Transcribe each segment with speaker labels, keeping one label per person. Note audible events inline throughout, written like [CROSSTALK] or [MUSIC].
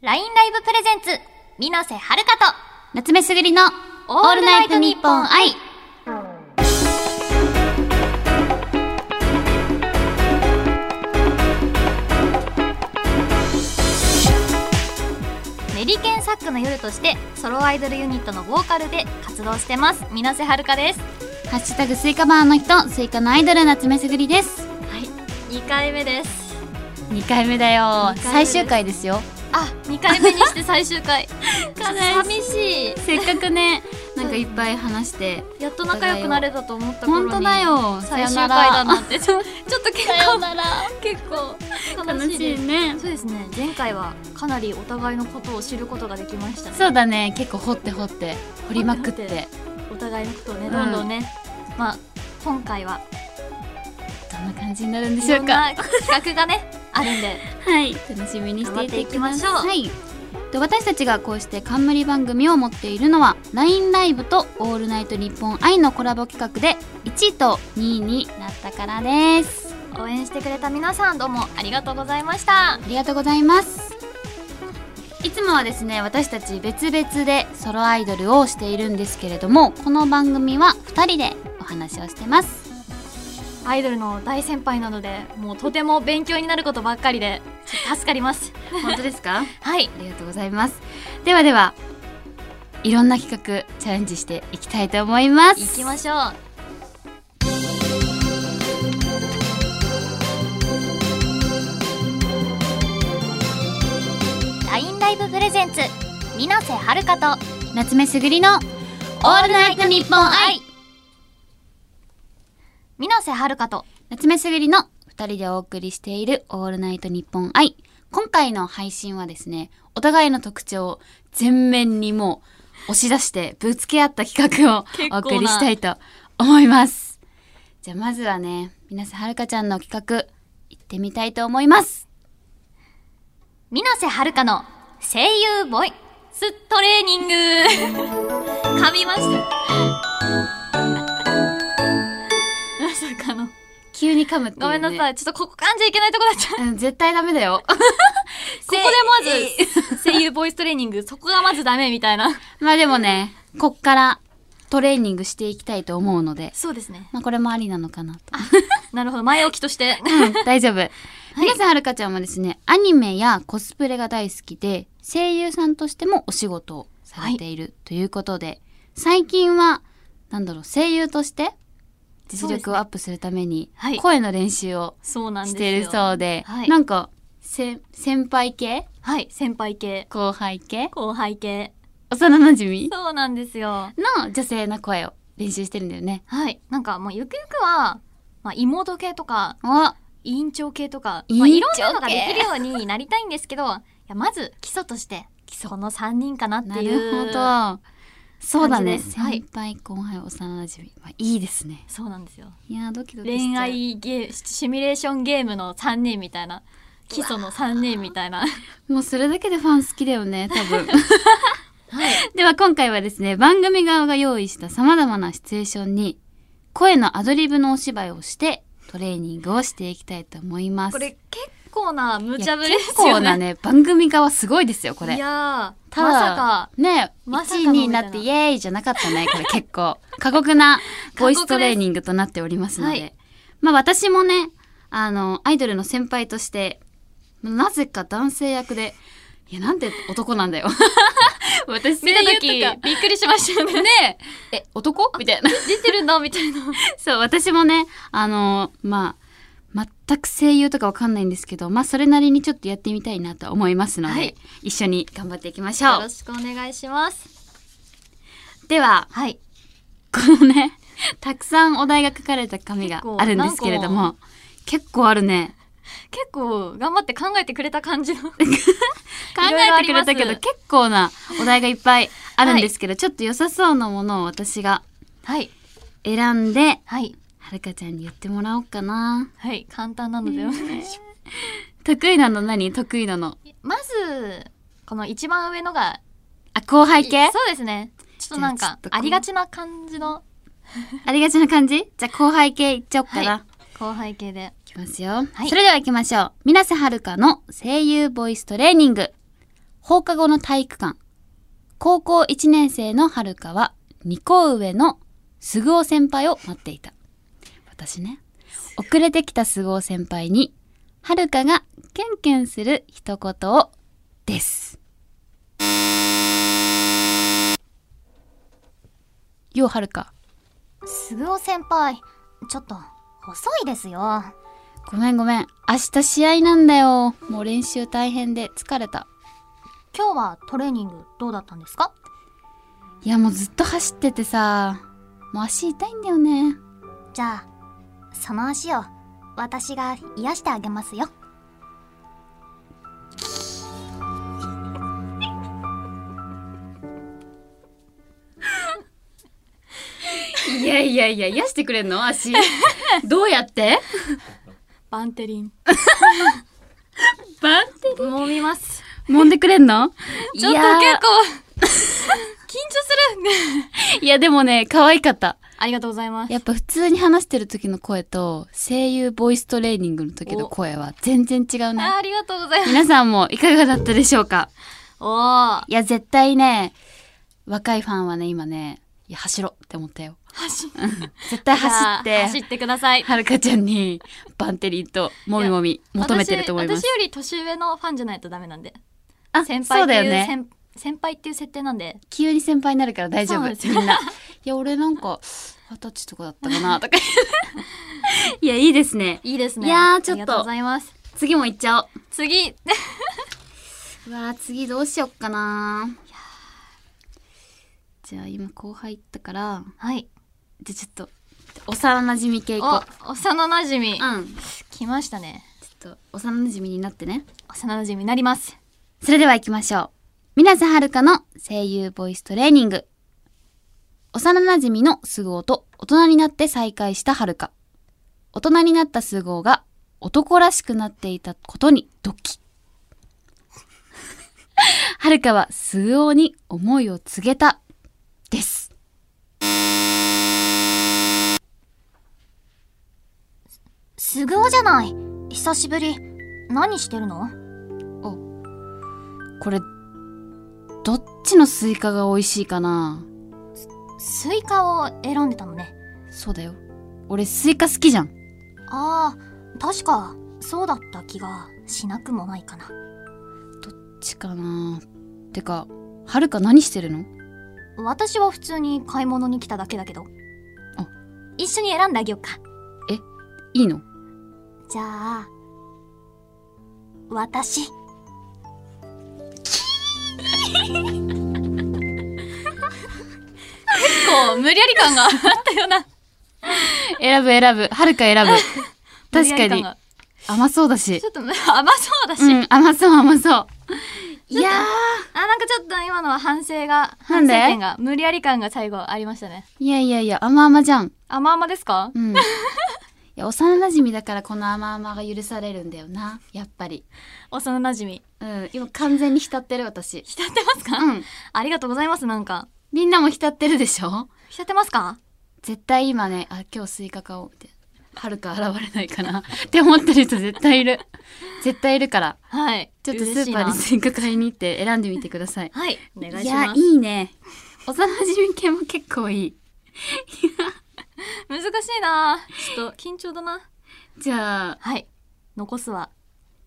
Speaker 1: LINE ライブプレゼンツ水瀬はるかと
Speaker 2: 夏目すぐりのオールナイトニッポン愛
Speaker 1: メリケンサックの夜としてソロアイドルユニットのボーカルで活動してます水瀬はるかです
Speaker 2: ハッシュタグスイカバーの人スイカのアイドル夏目すぐりです
Speaker 1: はい2回目です
Speaker 2: 2回目だよ
Speaker 1: 二回目です
Speaker 2: 最終回ですよ
Speaker 1: あ2回目にして最終 [LAUGHS] 回
Speaker 2: 寂
Speaker 1: 寂し
Speaker 2: せっかく [LAUGHS] ねなんかいっぱい話して
Speaker 1: いやっと仲良くなれたと思った頃
Speaker 2: 本
Speaker 1: に
Speaker 2: 当だよさ
Speaker 1: 最
Speaker 2: よ
Speaker 1: 終
Speaker 2: な
Speaker 1: 回
Speaker 2: ら
Speaker 1: だ
Speaker 2: [LAUGHS]
Speaker 1: なんてちょちょっと結
Speaker 2: さよ
Speaker 1: 構
Speaker 2: なら
Speaker 1: 結構
Speaker 2: 悲
Speaker 1: 悲しい
Speaker 2: し
Speaker 1: で
Speaker 2: い
Speaker 1: す
Speaker 2: ね
Speaker 1: そうですね前回はかなりお互いのことを知ることができましたね
Speaker 2: そうだね結構掘って掘って掘りまくっ
Speaker 1: 掘って掘
Speaker 2: て
Speaker 1: お互いのことをね
Speaker 2: うん
Speaker 1: どんどんね、まあ今回は
Speaker 2: どんな感じになるんで
Speaker 1: い
Speaker 2: しょ
Speaker 1: ろ
Speaker 2: うんか
Speaker 1: な企画がねあるんで
Speaker 2: はい、楽しみにしていてくださ
Speaker 1: 頑張っ
Speaker 2: い。と私たちがこうして冠番組を持っているのは LINE ライブと「オールナイトニッポン愛」のコラボ企画で1位と2位になったからです
Speaker 1: 応援してくれた皆さんどうもありがとうございました
Speaker 2: ありがとうございますいつもはですね私たち別々でソロアイドルをしているんですけれどもこの番組は2人でお話をしてます
Speaker 1: アイドルの大先輩なのでもうとても勉強になることばっかりでちょっと助かります
Speaker 2: 本当ですか
Speaker 1: はい
Speaker 2: [LAUGHS] ありがとうございますではではいろんな企画チャレンジしていきたいと思います
Speaker 1: 行きましょうラインライブプレゼンツ水瀬はるかと
Speaker 2: 夏目すぐりのオールナイトニッポン愛
Speaker 1: 水瀬はるかと
Speaker 2: 夏目すぐりの二人でお送りしているオールナイトニッポン愛今回の配信はですねお互いの特徴を全面にもう押し出してぶつけ合った企画を
Speaker 1: 結構な
Speaker 2: お送りしたいと思いますじゃあまずはね皆さんはるかちゃんの企画行ってみたいと思います
Speaker 1: 水瀬はるかの声優ボイストレーニング [LAUGHS] 噛みましたまさかの
Speaker 2: 急に噛むっていう、ね、
Speaker 1: [LAUGHS] ごめんなさい、ちょっとここ噛んじゃいけないとこだっちゃうこ
Speaker 2: うん絶対ダメだよ [LAUGHS]
Speaker 1: こでまず声優ボイストレーニングそこがまずダメみたいな
Speaker 2: まあでもねこっからトレーニングしていきたいと思うので
Speaker 1: [LAUGHS] そうですね
Speaker 2: まあ、これもありなのかなと。
Speaker 1: なるほど前置きとして [LAUGHS]
Speaker 2: 大丈夫。皆さんはるかちゃんはですね、アニメやコスプレが大好きで、声優さんとしてもお仕事をされているということで、最近は、なんだろう、声優として実力をアップするために
Speaker 1: はい、
Speaker 2: 声の練習を
Speaker 1: そうなんで
Speaker 2: し
Speaker 1: すよ
Speaker 2: ているそうで、
Speaker 1: はい
Speaker 2: なんか、せ先輩系
Speaker 1: はい先輩系
Speaker 2: 後輩系
Speaker 1: 後輩系
Speaker 2: 幼馴染
Speaker 1: そうなんですよ
Speaker 2: の女性の声を練習してるんだよね。
Speaker 1: はいなんかもうゆくゆくは、まあ、妹系とか
Speaker 2: お
Speaker 1: 委員長系とか、
Speaker 2: 委
Speaker 1: まあ、い
Speaker 2: 員
Speaker 1: ろん
Speaker 2: 長系
Speaker 1: なのができるようになりたいんですけどいやまず基礎としてこの3人かなって
Speaker 2: な
Speaker 1: いう
Speaker 2: るほど。そうだ
Speaker 1: 感
Speaker 2: ね。
Speaker 1: じですはい
Speaker 2: 先輩、後輩、幼馴染。まあ、いいですね。
Speaker 1: そうなんですよ
Speaker 2: いやードキドキしちゃう
Speaker 1: 恋愛ゲーシミュレーションゲームの3人みたいな基礎の3人みたいな
Speaker 2: もうそれだけでファン好きだよね
Speaker 1: [LAUGHS]
Speaker 2: 多分
Speaker 1: はい
Speaker 2: では今回はですね番組側が用意したさまざまなシチュエーションに声のアドリブのお芝居をしてトレーニングをしていきたいと思います
Speaker 1: これ結構な無
Speaker 2: い
Speaker 1: 茶
Speaker 2: や
Speaker 1: ぶりで
Speaker 2: 結
Speaker 1: すよね
Speaker 2: 構なね番組側すごいですよこれ
Speaker 1: いやー
Speaker 2: ただ
Speaker 1: まさか
Speaker 2: ね
Speaker 1: まさか
Speaker 2: 1位
Speaker 1: の
Speaker 2: になって
Speaker 1: み
Speaker 2: イ
Speaker 1: た
Speaker 2: エーイじゃなかったねこれ結構過
Speaker 1: [LAUGHS]
Speaker 2: 酷なボイストレーニングとなっておりますので
Speaker 1: 過酷で
Speaker 2: まあ私もねあのアイドルの先輩としてなぜか男性役でいやなんで男な
Speaker 1: [LAUGHS]
Speaker 2: んだよ私
Speaker 1: 見た
Speaker 2: 声
Speaker 1: 時
Speaker 2: 優とか
Speaker 1: びっくりしましたよね
Speaker 2: ねええ男みたいな [LAUGHS]
Speaker 1: 出てるんだみたいな
Speaker 2: そう私もねあのまあ全く声優とかわかんないんですけどまあそれなりにちょっとやってみたいなと思いますので、
Speaker 1: はい
Speaker 2: 一緒に頑張っていきまし
Speaker 1: よ
Speaker 2: ょ
Speaker 1: ろしくお願いします
Speaker 2: うでは
Speaker 1: はい
Speaker 2: このね、たくさんお題が書かれた紙があるんですけれども、結構あるね。
Speaker 1: 結構頑張って考えてくれた感じの
Speaker 2: 考えてくれた
Speaker 1: いろ
Speaker 2: け
Speaker 1: いろあり
Speaker 2: ど、
Speaker 1: ます
Speaker 2: 結構なお題がいっぱいあるんですけど、ちょっと良さそうなものを私が
Speaker 1: はい
Speaker 2: 選んで、
Speaker 1: はい
Speaker 2: はるかちゃんに言ってもらおうかな。
Speaker 1: はい簡単なのでお願いしま
Speaker 2: 得意なの何得意なの。
Speaker 1: すまずこの一番上のが
Speaker 2: あ、後輩系
Speaker 1: そうですねちょっとなん
Speaker 2: じゃあちょ
Speaker 1: か
Speaker 2: っとこ
Speaker 1: あ
Speaker 2: の
Speaker 1: りがちな感じの
Speaker 2: ありがちな感じじゃあ後輩系いっちゃおうかな。
Speaker 1: はい後輩系で
Speaker 2: いきますよ。
Speaker 1: はい
Speaker 2: それでは行きましょう。水瀬はるかの声優ボイストレーニング。放課後の体育館。高校1年生のはるかは、2校上のすぐお先輩を待っていた。私ね、遅れてきたすぐお先輩に、はるかがキュンキュンする一言を、です。よう、はるか。
Speaker 1: すぐお先輩、ちょっと、細いですよ。
Speaker 2: ごめんごめん。明日試合なんだよ。もう練習大変で疲れた。
Speaker 1: 今日はトレーニングどうだったんですか
Speaker 2: いやもうずっと走っててさ、もう足痛いんだよね。
Speaker 1: じゃあ、その足を、私が癒してあげますよ。
Speaker 2: いやいやいや、癒してくれんの [LAUGHS] 足。どうやって
Speaker 1: バンテリン。
Speaker 2: バンって
Speaker 1: 揉みます。
Speaker 2: 揉んでくれんの
Speaker 1: ちょっと
Speaker 2: いや
Speaker 1: 結構、
Speaker 2: [LAUGHS]
Speaker 1: 緊張する。
Speaker 2: いやでもね、可愛かった。
Speaker 1: ありがとうございます。
Speaker 2: やっぱ普通に話してる時の声と、声優ボイストレーニングの時の声は全然違うね。
Speaker 1: あありがとうございます。
Speaker 2: 皆さんもいかがだったでしょうか
Speaker 1: おー、
Speaker 2: いや、絶対ね、若いファンはね、今ね、いや、走ろうって思ったよ。
Speaker 1: 走っ
Speaker 2: 絶対走っ
Speaker 1: じゃあ
Speaker 2: て、
Speaker 1: 走ってください。
Speaker 2: はるかちゃんにバンテリンともみもみ求めてると思います
Speaker 1: 私。私より年上のファンじゃないとダメなんで。
Speaker 2: あ、
Speaker 1: 先
Speaker 2: そ
Speaker 1: 輩
Speaker 2: う
Speaker 1: って
Speaker 2: だよ
Speaker 1: いう
Speaker 2: ね。
Speaker 1: 先先輩っていう設定なんで。
Speaker 2: 急に先輩になるから大丈
Speaker 1: そう
Speaker 2: 夫。
Speaker 1: なんですよ
Speaker 2: みんな。いや、俺なんか、二十歳とかだったかな、とか。
Speaker 1: [LAUGHS]
Speaker 2: いや、いいですね。
Speaker 1: いいですね。
Speaker 2: いやーち
Speaker 1: あ
Speaker 2: ょっと
Speaker 1: りがとうございます。
Speaker 2: 次も行っちゃおう。
Speaker 1: 次、
Speaker 2: うわー、次どうしよっかな。じゃあ、今後輩行ったから、
Speaker 1: はい。
Speaker 2: じゃあちょっと、幼馴染み系行こ
Speaker 1: お、幼馴染み
Speaker 2: う。うん。ち
Speaker 1: 来ましたね。
Speaker 2: ょっと、幼馴染みになってね。
Speaker 1: 幼馴染みになります。
Speaker 2: それでは行きましょう。水瀬はるかの声優ボイストレーニング。幼馴染のすぐおと大人になって再会したはるか。大人になったすぐおが男らしくなっていたことにドキ。はるかはすぐおに思いを告げた。です。
Speaker 1: すぐおじゃない。久しぶり。何してるの
Speaker 2: これ、どっちのスイカが美味しいかな
Speaker 1: スイカを選んでたのね。
Speaker 2: そうだよ。俺スイカ好きじゃん。
Speaker 1: ああ、確か、そうだった気がしなくもないかな。
Speaker 2: どっちかなてか、はるか何してるの
Speaker 1: 私は普通に買い物に来ただけだけど。
Speaker 2: あ
Speaker 1: 一緒に選んであげようか。
Speaker 2: いいの
Speaker 1: じゃあ、私。結構無理やり感があったような。
Speaker 2: 選ぶ選ぶ。はるか選 [LAUGHS] ぶ。確かに。甘そうだし
Speaker 1: ち。ょっと甘そうだし、
Speaker 2: う
Speaker 1: あ、
Speaker 2: ん、甘そう甘そう。いや
Speaker 1: なんかちょっと今のは反省が、
Speaker 2: な
Speaker 1: 反
Speaker 2: ん
Speaker 1: 省
Speaker 2: で
Speaker 1: 点が、無理やり感が最後ありましたね。
Speaker 2: ー。いやいやいや、甘々じゃん。
Speaker 1: 甘々ですか
Speaker 2: うん。いや、幼馴染だからこの甘々が許されるんだよな。やっぱり。
Speaker 1: 幼馴染み。
Speaker 2: うん、今完全に浸ってる [LAUGHS] 私。
Speaker 1: 浸ってますか、
Speaker 2: うん。
Speaker 1: ありがとうございます、なんか。
Speaker 2: みんなも浸ってるでしょ
Speaker 1: 浸ってますか
Speaker 2: 絶対今ね、あ、今日スイカ買おうみたいな。はるか現れないかな。って思ってる人絶対いる。絶対いるから。
Speaker 1: はい。
Speaker 2: ちょっとス
Speaker 1: 嬉し
Speaker 2: ー
Speaker 1: い
Speaker 2: パー
Speaker 1: な
Speaker 2: にスイカ買いに行って選んでみてください。
Speaker 1: はい、お願いします。
Speaker 2: や、いいね。幼馴染系も結構いい。
Speaker 1: 難しいなちょっと緊張だな。
Speaker 2: じゃあ、
Speaker 1: はい。残すは、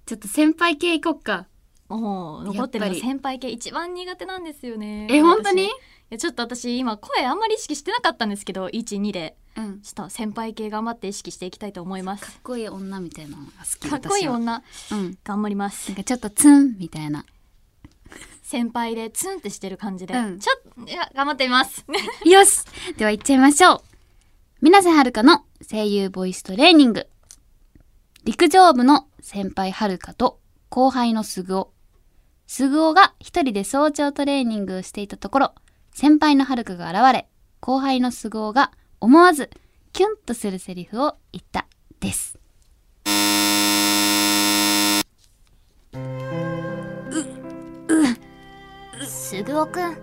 Speaker 2: ちょっと先輩系行こっか。
Speaker 1: もう残ってる
Speaker 2: や
Speaker 1: の
Speaker 2: っぱり
Speaker 1: 先輩系一番苦手なんですよね。
Speaker 2: え、本当
Speaker 1: 私
Speaker 2: に
Speaker 1: いや、ちょっと私今声あんまり意識してなかったんですけど、1、2で。
Speaker 2: うん。
Speaker 1: ちょっと先輩系頑張って意識していきたいと思いま
Speaker 2: か
Speaker 1: す。
Speaker 2: っこいい女みたいなのが好き
Speaker 1: かっこいい。女、
Speaker 2: 私はうん。
Speaker 1: 頑張ります
Speaker 2: なん。かちょっとツンみたいな。
Speaker 1: 先輩でツンってしてる感じで、
Speaker 2: うん
Speaker 1: ちょっと、いや頑張ってみます。
Speaker 2: よしでは行っちゃいましょう。水瀬はるかの声優ボイストレーニング。陸上部の先輩はるかと後輩のすぐお。すぐおが一人で早朝トレーニングをしていたところ、先輩のはるかが現れ、後輩のすぐおが思わずキュンとするセリフを言ったです。
Speaker 1: [LAUGHS] すぐおくん、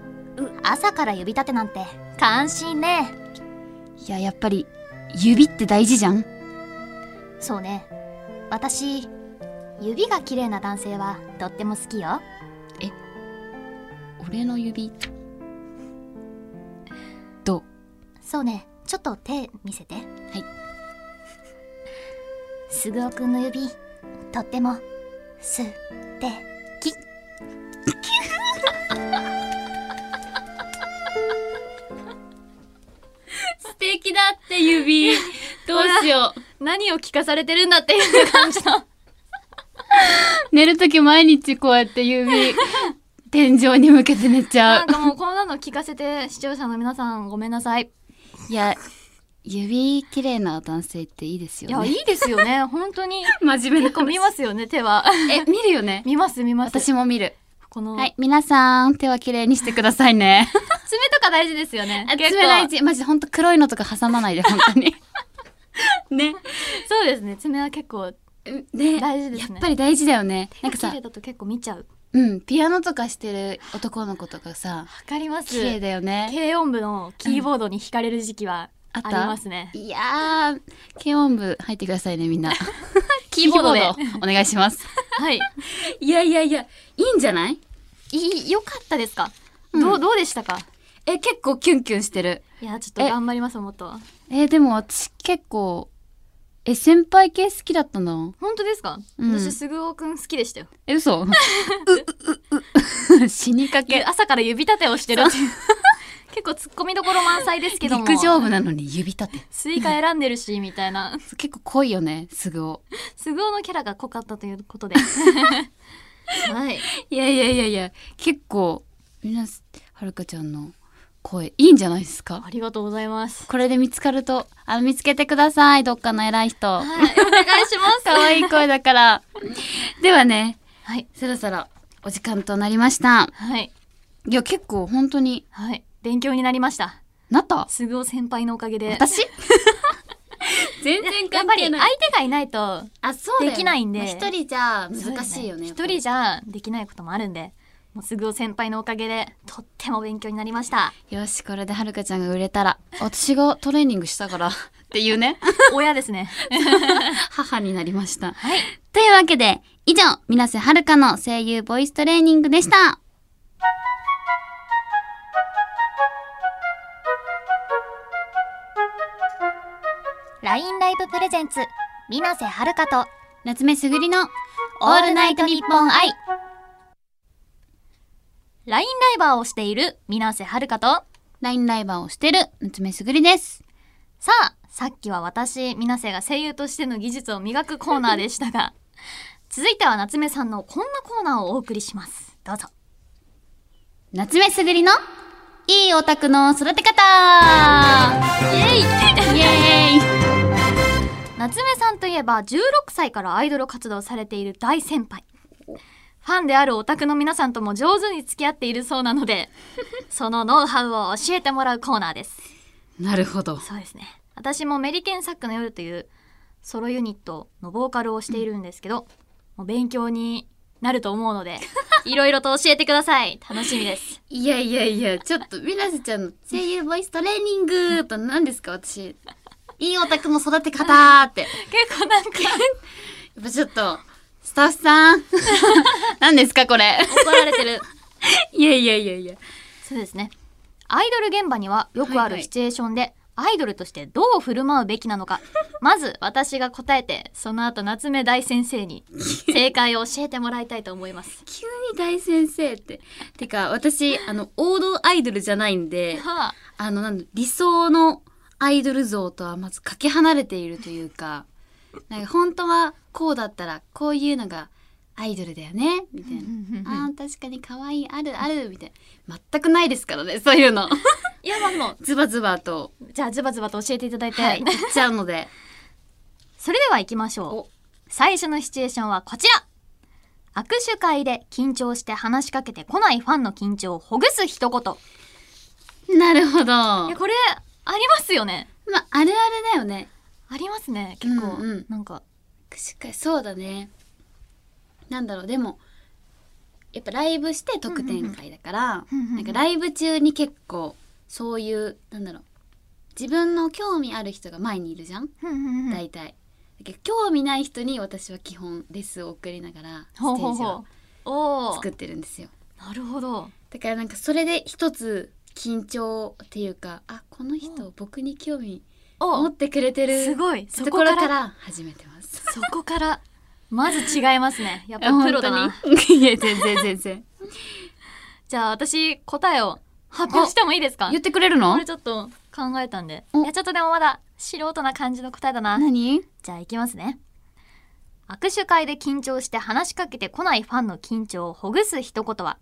Speaker 1: 朝から呼び立てなんて、関心ね。
Speaker 2: いや、やっぱり指って大事じゃん
Speaker 1: そうね私指が綺麗な男性はとっても好きよ
Speaker 2: 俺の指どう
Speaker 1: そうねちょっと手見せてはいすぐおくんの指とってもすてき
Speaker 2: 素敵だって指どうしよ
Speaker 1: 何を聞かされてるんだっていう感じの
Speaker 2: う寝る時毎日こうやって [LAUGHS] 指天井に向けて寝ち
Speaker 1: な
Speaker 2: ゃうん
Speaker 1: かもうこんなの聞かせて視聴者の皆さんごめんなさい
Speaker 2: いや指綺麗な男性っていいです
Speaker 1: いや
Speaker 2: よ
Speaker 1: い
Speaker 2: ね
Speaker 1: いですよ
Speaker 2: [LAUGHS]
Speaker 1: ね本当に
Speaker 2: 真面目
Speaker 1: 結構見ますよね手は [LAUGHS]
Speaker 2: え見るよね
Speaker 1: 見ます見ます
Speaker 2: 私も見る
Speaker 1: この、
Speaker 2: はい皆さん手は綺麗にしてくださいね
Speaker 1: 爪とか大事ですよね
Speaker 2: [LAUGHS] あ
Speaker 1: 結
Speaker 2: 爪
Speaker 1: 構
Speaker 2: 大事マジ本当黒いのとか挟まないで本当に [LAUGHS] ね
Speaker 1: そうですね爪は結構
Speaker 2: ね
Speaker 1: 大事ですね
Speaker 2: やっぱり大事だよねなんか
Speaker 1: 綺
Speaker 2: さ
Speaker 1: 麗だと結構見ちゃう
Speaker 2: うんピアノとかしてる男の子とかさ
Speaker 1: わかります
Speaker 2: 綺麗だよね
Speaker 1: 軽音部のキーボードに惹かれる時期はあ
Speaker 2: あっ
Speaker 1: り
Speaker 2: た
Speaker 1: ますね、
Speaker 2: いやー軽音部入ってくださいねみんな
Speaker 1: キーボードで
Speaker 2: [LAUGHS] キお願いします
Speaker 1: はい
Speaker 2: いやいやいやいいんじゃ [LAUGHS] ない
Speaker 1: いい良かったですか、
Speaker 2: うん
Speaker 1: どうどうでしたか
Speaker 2: え結構キュンキュンしてる
Speaker 1: いやちょっと
Speaker 2: え
Speaker 1: 頑張りますもっと
Speaker 2: えーでも私結構え先輩系好きだったな
Speaker 1: 本当ですか、
Speaker 2: うん
Speaker 1: 私すぐおくん好きでしたよ
Speaker 2: え嘘 [LAUGHS] ううう [LAUGHS] う死にか
Speaker 1: ゆ
Speaker 2: け
Speaker 1: 朝から指立てをしてるっていう [LAUGHS] 結構ツッコミどころ満載ですけども
Speaker 2: 陸上部なのに指立て
Speaker 1: スイカ選んでるしみたいな
Speaker 2: 結構濃いよねすぐを
Speaker 1: すぐおのキャラが濃かったということで [LAUGHS] はい
Speaker 2: いやいやいやいや結構みなすはるかちゃんの声いいんじゃないですか
Speaker 1: ありがとうございます
Speaker 2: これで見つかるとあの見つけてくださいどっかの偉い人
Speaker 1: はいお願いします
Speaker 2: [LAUGHS] 可愛い声だ [LAUGHS] からではね
Speaker 1: はい
Speaker 2: そろそろお時間となりました
Speaker 1: はい
Speaker 2: いや結構本当に
Speaker 1: はい勉強になりました
Speaker 2: なった
Speaker 1: すぐお先輩のおかげで
Speaker 2: 私 [LAUGHS] 全然
Speaker 1: やっぱり相手がいないと
Speaker 2: あそうだよね
Speaker 1: できないんで
Speaker 2: まあ一人じゃ難しい
Speaker 1: そ
Speaker 2: よね
Speaker 1: うです一人じゃできないこともあるんでもうすぐお先輩のおかげでとっても勉強になりま [LAUGHS] した
Speaker 2: 人よしこれではるかちゃんが売れたら私がトレーニングしたからっていう [LAUGHS] ね
Speaker 1: 親ですね
Speaker 2: 母になりました
Speaker 1: はい
Speaker 2: というわけで以上水瀬はるかの声優ボイストレーニングでした
Speaker 1: ラインライブプレゼンツ水瀬はるかと
Speaker 2: 夏目すぐりの
Speaker 1: オールナイトニッポン愛ラインライバーをしている水瀬はるかと
Speaker 2: ラインライバーをしてる夏目すぐりです
Speaker 1: さあさっきは私水瀬が声優としての技術を磨くコーナーでした [LAUGHS] が続いては夏目さんのこんなコーナーをお送りしますどうぞ
Speaker 2: 夏目すぐりのいいオタクの育て方
Speaker 1: イエイ
Speaker 2: イエーイ
Speaker 1: 夏目さんといえば16歳からアイドル活動をされている大先輩ファンであるオタクの皆さんとも上手に付き合っているそうなの [LAUGHS] でそのノウハウを教えてもらうコーナーです
Speaker 2: なるほど
Speaker 1: そうですね私もメリケンサックの夜というソロユニットのボーカルをしているんですけど、もう勉強になると思うので [LAUGHS] いろいろと教えてください楽しみです
Speaker 2: いやいやいやちょっと水瀬ちゃんの声優ボイストレーニングと何ですか私いいオタクの育て方って [LAUGHS] や
Speaker 1: [LAUGHS] 結構なんか
Speaker 2: っぱちょっとスタッフさん [LAUGHS] 何ですかこれ
Speaker 1: 怒られてる
Speaker 2: [LAUGHS] いやいやいやいや
Speaker 1: そうですね。アイドル現場にはよくあ
Speaker 2: はいは
Speaker 1: る
Speaker 2: い
Speaker 1: シチュエーションで、アイドルとしてどう振る舞うべきなの [LAUGHS] か。まず私が答えて、その後夏目大先生 [LAUGHS] に正解を教えてもらいたいと思います。
Speaker 2: 急に大先生っててか私あの王道アイドルじゃないんで
Speaker 1: はあ、
Speaker 2: あのなんだ理想のアイドル像とはまずかけ離れているというかなんか本当はこうだったらこういうのがアイドルだよねみたいな。あー確かに可愛いあるあるみたいな全くないですからねそういうの
Speaker 1: いやまあでも、
Speaker 2: ズバズバと、
Speaker 1: じゃあズバズバと教えていただいて。
Speaker 2: はい、言っちゃうので
Speaker 1: それでは行きましょ
Speaker 2: お
Speaker 1: う。最初のシチュエーションはこちら。握手会で緊張して話しかけてこないファンの緊張をほぐす一言。
Speaker 2: なるほど
Speaker 1: いや
Speaker 2: ま
Speaker 1: これありますよね。
Speaker 2: ああるあるだよね
Speaker 1: ありますね。結構、
Speaker 2: うんうん
Speaker 1: なんか
Speaker 2: 握手会そうだねなんだろうでもやっぱライブして特典会だから、
Speaker 1: うんうんうん
Speaker 2: なんかライブ中に結構そういうなんだろう自分の興味ある人が前にいるじゃん大体、だけど興味ない人に私は基本レッスンを送りながらステ
Speaker 1: ほうほう
Speaker 2: ージ
Speaker 1: ほ
Speaker 2: を
Speaker 1: うおお
Speaker 2: 作ってるんですよ
Speaker 1: なるほど。
Speaker 2: だからなんかそれで一つ緊張っていうかあこの人僕に興味持
Speaker 1: お
Speaker 2: ってくれて
Speaker 1: す
Speaker 2: る
Speaker 1: ごい。そ
Speaker 2: と
Speaker 1: こ
Speaker 2: こ
Speaker 1: から
Speaker 2: ろから始めてます。
Speaker 1: そこからまず違います [LAUGHS] ね。やっぱ
Speaker 2: いや
Speaker 1: プロだな。。
Speaker 2: 本当に [LAUGHS] いや全然全然。
Speaker 1: じゃあ私答えを発表してもいいですか
Speaker 2: 言ってくれるの
Speaker 1: これ？ちょっと考えたんで。
Speaker 2: お
Speaker 1: いやちょっとでもまだ素人な感じの答えだな。
Speaker 2: 何？
Speaker 1: じゃあ行きますね。握手会で緊張して話しかけてこないファンの緊張をほぐす一言は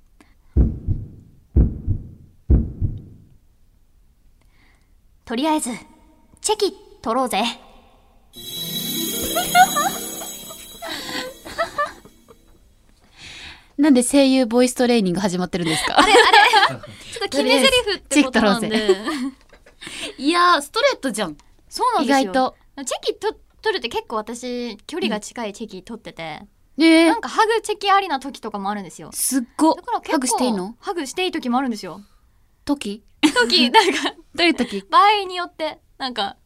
Speaker 1: とりあえず、チェキ取ろうぜ。
Speaker 2: なんで声優ボイストレーニング始まってるんです
Speaker 1: ち
Speaker 2: か？
Speaker 1: ょっと決め台詞ってことなんで。
Speaker 2: とりいやーストレートじゃん。
Speaker 1: そうなん
Speaker 2: 意
Speaker 1: ですよ。
Speaker 2: 外。と。
Speaker 1: チェキと取るって結構私、距離が近いチェキ取ってて、
Speaker 2: ねえ
Speaker 1: なんかハグチェキありな時とかもあるんですよ。
Speaker 2: すっご
Speaker 1: だから結構、
Speaker 2: ハグしていいの？
Speaker 1: ハグしていい時もあるん [LAUGHS] ですよ。
Speaker 2: 時？
Speaker 1: 時、なんか、
Speaker 2: どういう時？
Speaker 1: 場合によってなんか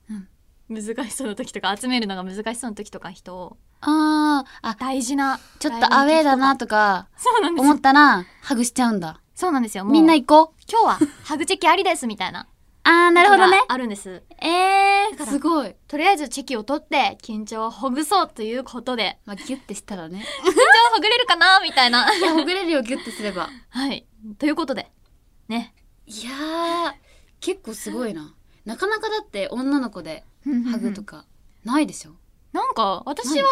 Speaker 2: うん
Speaker 1: 難しそうな時とか集めるのが難しそうな時とか人を
Speaker 2: あああ
Speaker 1: 大事な
Speaker 2: ちょっとアウェーだなとか
Speaker 1: そうなんです
Speaker 2: 思
Speaker 1: よ
Speaker 2: ったらハグしちゃうんだ。
Speaker 1: そうなんですよもう
Speaker 2: みんな
Speaker 1: 今
Speaker 2: 行こう。
Speaker 1: 日はハグチェキありですみたいな
Speaker 2: ああなるほどね
Speaker 1: 時。があるんです
Speaker 2: え
Speaker 1: だから
Speaker 2: すごい。
Speaker 1: とりあえずチェキを取って緊張をほぐそうということで
Speaker 2: まあ、ギュッてしたらね。
Speaker 1: 緊張ほぐれるかなみたい [LAUGHS] な
Speaker 2: いや、ほぐれるよ、ギュッてすれば。
Speaker 1: はいということでね
Speaker 2: いやー、結構すごいな。なかなかだって女の子でハグとかないでしょ。
Speaker 1: なんか私は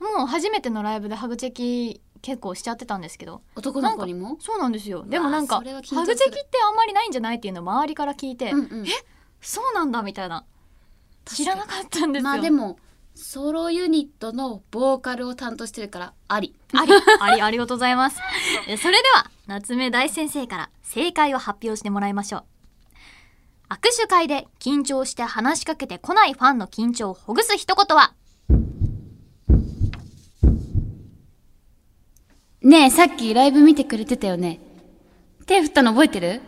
Speaker 1: もう初めてのライブでハグチェキ結構しちゃってたんですけど
Speaker 2: 男の子にも
Speaker 1: そうなんですよでもなん
Speaker 2: う
Speaker 1: か
Speaker 2: わそれは緊張する
Speaker 1: ハグチェキってあんまりないんじゃないっていうのを周りから聞いて、
Speaker 2: うんうん。
Speaker 1: そうなんだみたいな
Speaker 2: 確かに
Speaker 1: 知らなかったんですよ
Speaker 2: まあでも、ソロユニットのボーカルを担当してるから、あり。
Speaker 1: [LAUGHS] ありありありがとうございますえそれでは夏目大先生から正解を発表してもらいましょう握手会で緊張して話しかけてこないファンの緊張をほぐす一言は
Speaker 2: ねえ、さっきライブ見てくれてたよね。手振ったの覚えてる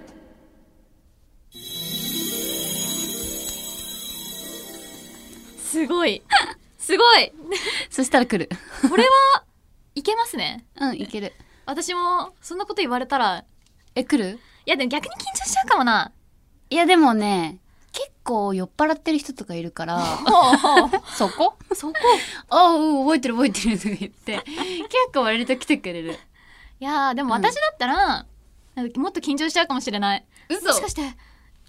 Speaker 1: すごいすごい
Speaker 2: そしたら来る。
Speaker 1: これはいけますね
Speaker 2: うん、いける。
Speaker 1: 私もそんなこと言われたら
Speaker 2: え、来る
Speaker 1: いやでも逆に緊張しちゃうかもない
Speaker 2: や、でもね、結構酔っ払ってる人とかいるから、
Speaker 1: ほうほ
Speaker 2: [LAUGHS] そこ
Speaker 1: うそこ
Speaker 2: ああ、うん、覚えてる覚えてるとか言って、結構割と来てくれる。
Speaker 1: いやーでも私だったら、なんかもっと緊張しちゃうかもしれないもしかして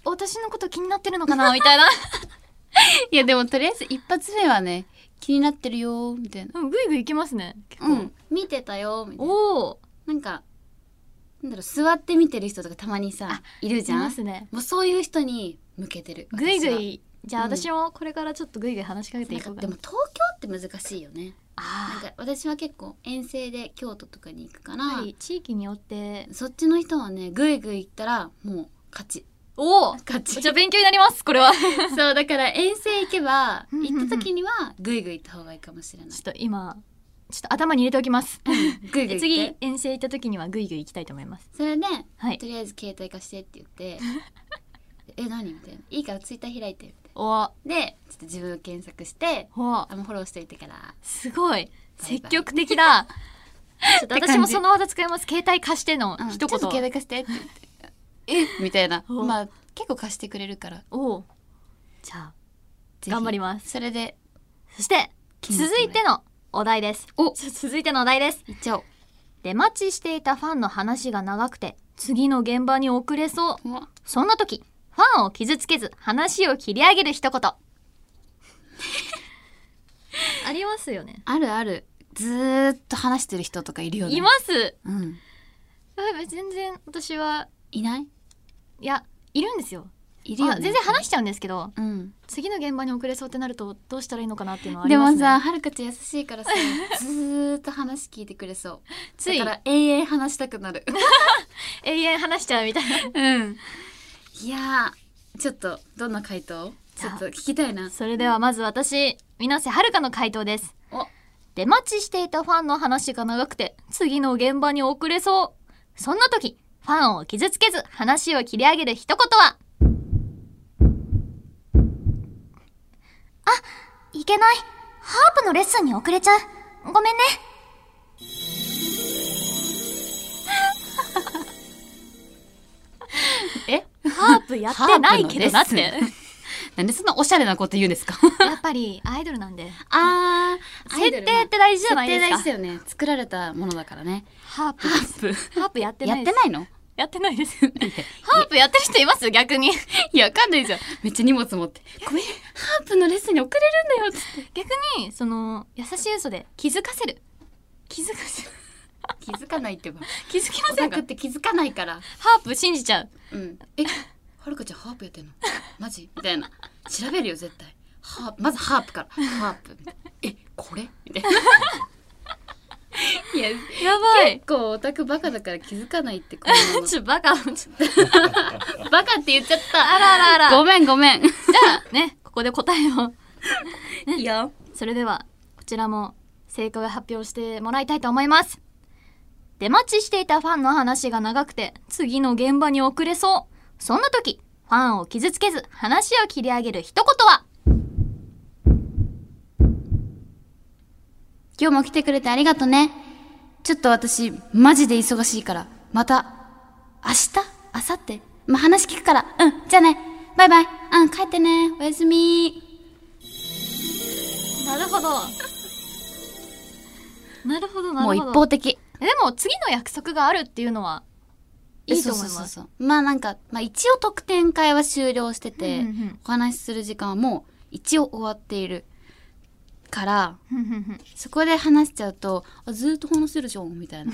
Speaker 1: 私のこと気になってるのかなみたいな [LAUGHS]
Speaker 2: いや、でもとりあえず一発目はね、気になってるよー、みたいな。
Speaker 1: うんぐいぐいいきますね結構、
Speaker 2: うん、見てたよー、みたいな。
Speaker 1: おお
Speaker 2: なんか、なんだろう、座って見てる人とかたまにさ、いるじ
Speaker 1: い
Speaker 2: ゃ
Speaker 1: ま
Speaker 2: ん
Speaker 1: すね
Speaker 2: もうそういう人に向けてる。
Speaker 1: ぐいぐ
Speaker 2: 私
Speaker 1: いじゃあ
Speaker 2: うん
Speaker 1: 私もこれからちょっとぐいぐい話しかけてい
Speaker 2: は。
Speaker 1: こ
Speaker 2: なん
Speaker 1: う
Speaker 2: か
Speaker 1: か
Speaker 2: で
Speaker 1: な
Speaker 2: も東京って難しいよね。なん
Speaker 1: あ
Speaker 2: か私は結構遠征で京都とかに行くから、
Speaker 1: あはい地域によって
Speaker 2: そっちの人はね、ぐいぐい行ったらもう勝ち。
Speaker 1: おお
Speaker 2: 勝ち
Speaker 1: じゃ。あ勉強になりますこれは [LAUGHS] ちょ
Speaker 2: [LAUGHS] そうだから遠征行けば
Speaker 1: うんうんうん
Speaker 2: 行った時にはグイグイ行った方がいいかもし
Speaker 1: [LAUGHS]
Speaker 2: れない
Speaker 1: っと今ちょっと頭に入れておきます
Speaker 2: グイグイ行って
Speaker 1: 次遠征行った時にはぐいぐい行きたいと思います
Speaker 2: それで、
Speaker 1: はい
Speaker 2: とりあえず携帯貸してって言って「え何?」みたいな「いいからツイッター開いて」みたい
Speaker 1: おお
Speaker 2: なでちょっと自分を検索して
Speaker 1: お
Speaker 2: あもうフォローしておいてから
Speaker 1: すごい
Speaker 2: バイ
Speaker 1: 積極的だ [LAUGHS] ちょっと私もその技使います携帯貸しての
Speaker 2: 「うん
Speaker 1: 一
Speaker 2: ちょっと携
Speaker 1: 言
Speaker 2: 帯貸して」って言って「えみたいな
Speaker 1: お
Speaker 2: まあ結構貸してくれるから
Speaker 1: おおじゃあ
Speaker 2: ぜひ
Speaker 1: 頑張ります
Speaker 2: それで
Speaker 1: そして
Speaker 2: 気にな
Speaker 1: 続
Speaker 2: ってない
Speaker 1: いてのお題です
Speaker 2: お
Speaker 1: ちょ続いてのお題です
Speaker 2: 行っちゃおう
Speaker 1: 出待ちしていたファンの話が長くて次の現場に遅れそう
Speaker 2: うわ
Speaker 1: そんな時ファンを傷つけず話を切り上げる一 [LAUGHS] 言ありますよね
Speaker 2: あるあるずーっと話してる人とかいるよね
Speaker 1: います
Speaker 2: うん、
Speaker 1: あ全然私はい
Speaker 2: ない
Speaker 1: いやいるんですよ
Speaker 2: いるよ、ね
Speaker 1: あ、全然話しちゃうんですけど
Speaker 2: うん
Speaker 1: 次の現場に遅れそうってなるとどうしたらいいのかなっていうのはあり
Speaker 2: で
Speaker 1: ま
Speaker 2: も
Speaker 1: すね
Speaker 2: さ、はるかちゃん優しい [LAUGHS] からさ、ずーっと話聞いてくれそう。
Speaker 1: つい
Speaker 2: だから永遠話したくなる。
Speaker 1: 永遠話しちゃうみたいな
Speaker 2: うん。いやー、ちょっと、どんな回答
Speaker 1: じ
Speaker 2: ち
Speaker 1: ゃ
Speaker 2: ょ
Speaker 1: あ
Speaker 2: っと聞きたいな。
Speaker 1: それではまず私水瀬はるかの回答です
Speaker 2: お、
Speaker 1: 出待ちしていたファンの話が長くて次の現場に遅れそうそんな時ファンを傷つけず話を切り上げる一言はあいけないハープのレッスンに遅れちゃうごめんねハープやってないけどなっ
Speaker 2: ハ
Speaker 1: て
Speaker 2: ープのレッなんでそんなおしゃれなこと言うんですか
Speaker 1: やっぱりアイドルなんで
Speaker 2: [LAUGHS] あー
Speaker 1: 設定って大事じゃないですか
Speaker 2: 設定大事だよね作られたものだからね
Speaker 1: ハープ
Speaker 2: ハープ
Speaker 1: ハープやって
Speaker 2: や
Speaker 1: ない
Speaker 2: って
Speaker 1: です
Speaker 2: ないの
Speaker 1: やってないですハープやってる人います逆に
Speaker 2: いやわかんないじゃんめっちゃ荷物持ってごめんハープのレッスンに遅れるんだよっ
Speaker 1: 逆にその優しい嘘で気づかせる気づかせる
Speaker 2: て気づかないってば
Speaker 1: 気づきま
Speaker 2: オ
Speaker 1: せ
Speaker 2: タ
Speaker 1: んか
Speaker 2: クって気づかないから
Speaker 1: ハープ信じちゃう
Speaker 2: うんえはるかちゃんハープやってんのマジみたいな調べるよ絶対ハープまずハープからハープえこれみたいないや
Speaker 1: やばい
Speaker 2: 結構オタクバカだから気づかないってこう [LAUGHS] いうの
Speaker 1: ちょバカあ
Speaker 2: バカって言っちゃった
Speaker 1: らあらあら
Speaker 2: ごめんごめん
Speaker 1: じゃあねここで答えを
Speaker 2: いや
Speaker 1: それではこちらも正解を発表してもらいたいと思います出待ちしていたファンの話が長くて次の現場に遅れそうそんな時ファンを傷つけず話を切り上げる一言は
Speaker 2: 今日も来てくれてありがとねちょっと私マジで忙しいからまた明日明後日まあ、話聞くからうんじゃあねバイバイうん帰ってねおやすみ
Speaker 1: なるほどなるほどな
Speaker 2: もう
Speaker 1: る
Speaker 2: 一
Speaker 1: ほど
Speaker 2: 方的
Speaker 1: えでも次の約束があるっていうのはいいと思います
Speaker 2: そうそうそうそうまあなんか、まあ、一応特典会は終了してて、
Speaker 1: うんうんうん
Speaker 2: お話しする時間はもう一応終わっているから
Speaker 1: ふんふんふん
Speaker 2: そこで話しちゃうとあずーっと話せるじゃんみ
Speaker 1: [LAUGHS]
Speaker 2: たいな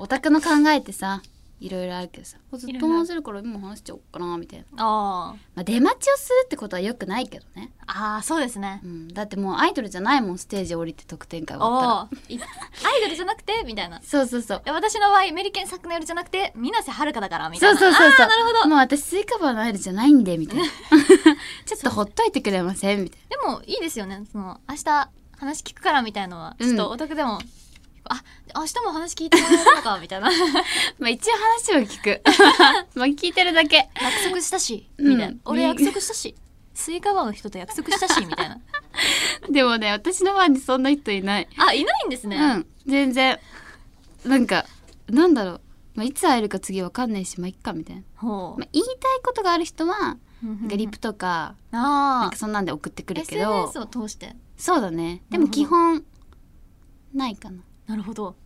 Speaker 2: オタクの考えってさいろいろあるけどさずっと話せるから今話しちゃおうかなみたいな、
Speaker 1: あ
Speaker 2: まあ、出待ちをするってことはよくないけどね、
Speaker 1: ーあーそうですね
Speaker 2: うん、だってもうアイドルじゃないもんステージ降りて特典会終わった
Speaker 1: お
Speaker 2: ら
Speaker 1: ーいアイドルじゃなくてみたいな
Speaker 2: そうそうそう
Speaker 1: え私の場合メリケン作の夜じゃなくて水瀬はるかだからみたい
Speaker 2: そう
Speaker 1: な
Speaker 2: そうそうそう
Speaker 1: あーなるほど
Speaker 2: もう私スイカバーのアイドルじゃないんで
Speaker 1: [LAUGHS]
Speaker 2: みたいなちょっとほっといてくれませんみたいな
Speaker 1: でもいいですよねその明日話聞くからみたいのは
Speaker 2: うん
Speaker 1: ちょっとお得でも、あ明日も話聞いてもらえるのかみたい
Speaker 2: [LAUGHS]
Speaker 1: な約
Speaker 2: まあ一応話は
Speaker 1: [LAUGHS]
Speaker 2: 聞く。まあ聞いてるだけ。
Speaker 1: 束したし
Speaker 2: うん
Speaker 1: みたいな、俺
Speaker 2: ね
Speaker 1: 約束したしスイカバーの人と約束したしみたい
Speaker 2: [LAUGHS]
Speaker 1: な
Speaker 2: でもね、私の前にそんな人いない。
Speaker 1: あいないんですね、
Speaker 2: うん、全然。なんか、なんだろう。まあいつ会えるか次わかんないし、まあいっかみたいな。
Speaker 1: ほう
Speaker 2: まあ言いたいことがある人は、なんかリプとか、なん
Speaker 1: あ
Speaker 2: かそんなんで送ってく
Speaker 1: あ
Speaker 2: るけど
Speaker 1: SNS、を通して
Speaker 2: そうだね。で
Speaker 1: なる
Speaker 2: も
Speaker 1: ほど
Speaker 2: 基本、ないかな。
Speaker 1: なるほど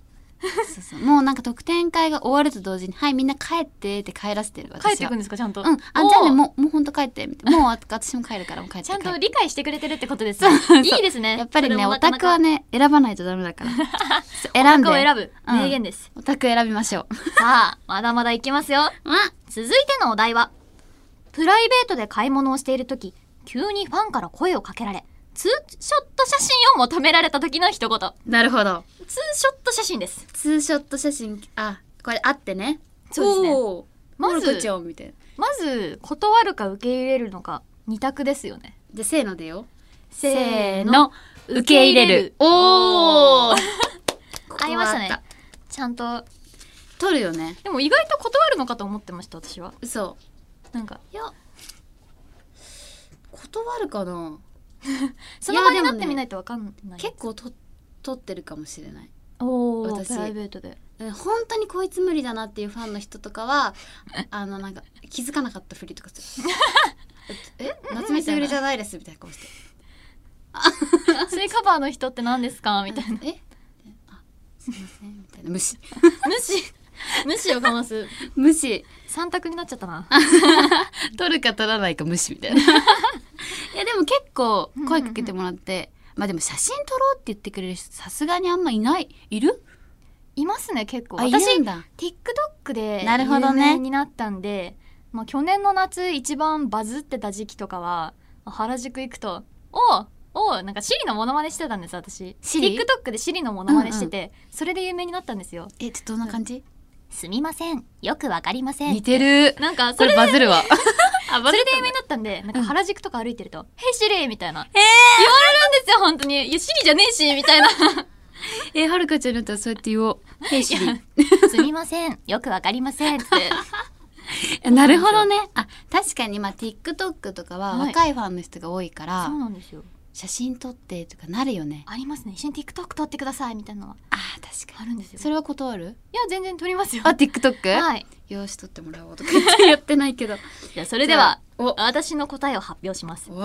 Speaker 2: そうそう。もうなんか特典会が終わると同時に、はい、みんな帰ってって帰らせてる私は。
Speaker 1: 帰ってくんですかちゃんと
Speaker 2: うん。あ、
Speaker 1: おー
Speaker 2: じゃあね、もう、もうほんと帰って、みたいな。もうあ私も帰るから、もう帰って
Speaker 1: ちゃん
Speaker 2: 帰
Speaker 1: と
Speaker 2: る
Speaker 1: 理解してくれてるってことです、
Speaker 2: [LAUGHS] そう
Speaker 1: いいですね
Speaker 2: やっぱり
Speaker 1: それ
Speaker 2: ね、
Speaker 1: も
Speaker 2: オ
Speaker 1: なか
Speaker 2: タ
Speaker 1: な
Speaker 2: ク
Speaker 1: か
Speaker 2: はね、選ばないとダメだから。
Speaker 1: [LAUGHS]
Speaker 2: そう選ん
Speaker 1: 選
Speaker 2: で。
Speaker 1: ぶを選ぶ
Speaker 2: うん
Speaker 1: 名言です、
Speaker 2: オタク選びましょう。
Speaker 1: さあまだまだいきますよ
Speaker 2: ま
Speaker 1: 続いてのお題はプライベートで買い物をしている時急にファンから声をかけられツーショット写真を求められた時の一言ツ
Speaker 2: なるほど。
Speaker 1: ーショット写真です
Speaker 2: ツーショット写真、あ、これあってね。
Speaker 1: そうですね
Speaker 2: おー
Speaker 1: まず
Speaker 2: モルコちゃんみたいな。
Speaker 1: まず断るか受け入れるのか二択ですよね
Speaker 2: じゃあ、せーのでよ。
Speaker 1: せーの
Speaker 2: 受け入れる。
Speaker 1: おー
Speaker 2: ー
Speaker 1: 合いましたね
Speaker 2: [LAUGHS] ここは合っ
Speaker 1: ちゃんと
Speaker 2: 取るよね。
Speaker 1: でも意外と断るのかと思ってました私は
Speaker 2: 嘘。
Speaker 1: なんか
Speaker 2: いや、断るかな
Speaker 1: その場に
Speaker 2: でも
Speaker 1: な
Speaker 2: ね
Speaker 1: ってみないとわかんない
Speaker 2: 結構と、取ってるかもしれない。
Speaker 1: おー
Speaker 2: 私
Speaker 1: プライベートで [LAUGHS]
Speaker 2: うん本当にこいつ無理だなっていうファンの人とか [LAUGHS] はあのなんか気づかなかったふりとかす [LAUGHS] るえ夏目すぐれじゃないですみたいな顔 [LAUGHS] して
Speaker 1: スイカバーの人って何です [LAUGHS] かみたいな
Speaker 2: えあすいませんみたいな無視
Speaker 1: 無視無視をかます
Speaker 2: [LAUGHS] 無視
Speaker 1: 三択になっちゃったな
Speaker 2: 取るか取らないか無視み [LAUGHS] たいないやでも結構声かけてもらってまあでも写真撮ろうって言ってくれる人さすがにあんまいないいる
Speaker 1: いますね結構
Speaker 2: あい
Speaker 1: 私
Speaker 2: るんだ
Speaker 1: TikTok で
Speaker 2: なるほ
Speaker 1: 有
Speaker 2: どね
Speaker 1: 名になったんで、まあ、去年の夏一番バズってた時期とかは原宿行くと「おうおうなんかシリのモノマネしてたんです私
Speaker 2: シリ
Speaker 1: TikTok でシリのモノマネしてて、それで有名になったんですよ
Speaker 2: えちょっとどんな感じ、
Speaker 1: すみませんよくわかりませ
Speaker 2: てる
Speaker 1: なんかそ
Speaker 2: こ
Speaker 1: れ
Speaker 2: れバズるわ
Speaker 1: それで有名になったんでなんか原宿とか歩いてると「ヘイシリ!」みたいな、言われるんですよ本当に「いやシリじゃねえし」みたいな
Speaker 2: えはるかちゃんだったらそうやって言おう「へいしり
Speaker 1: 「 [LAUGHS] すみませんよくわかりま [LAUGHS] せん」って
Speaker 2: なるほどね。あ、確かに、まあ、TikTok とかは
Speaker 1: はい
Speaker 2: 若いファンの人が多いから、
Speaker 1: そうなんですよ
Speaker 2: 写真撮ってとかなるよね。
Speaker 1: ありますね一緒に TikTok 撮ってくださいみたいなのは
Speaker 2: あー、確か
Speaker 1: あるんですよ
Speaker 2: に。それは断る
Speaker 1: いや全然撮りますよ。
Speaker 2: あ、TikTok?
Speaker 1: はい。
Speaker 2: よーし撮ってもらおうとか言ってやってないけ [LAUGHS] ど
Speaker 1: じゃあそれでは
Speaker 2: じゃあ
Speaker 1: 私の答えを発表します
Speaker 2: おお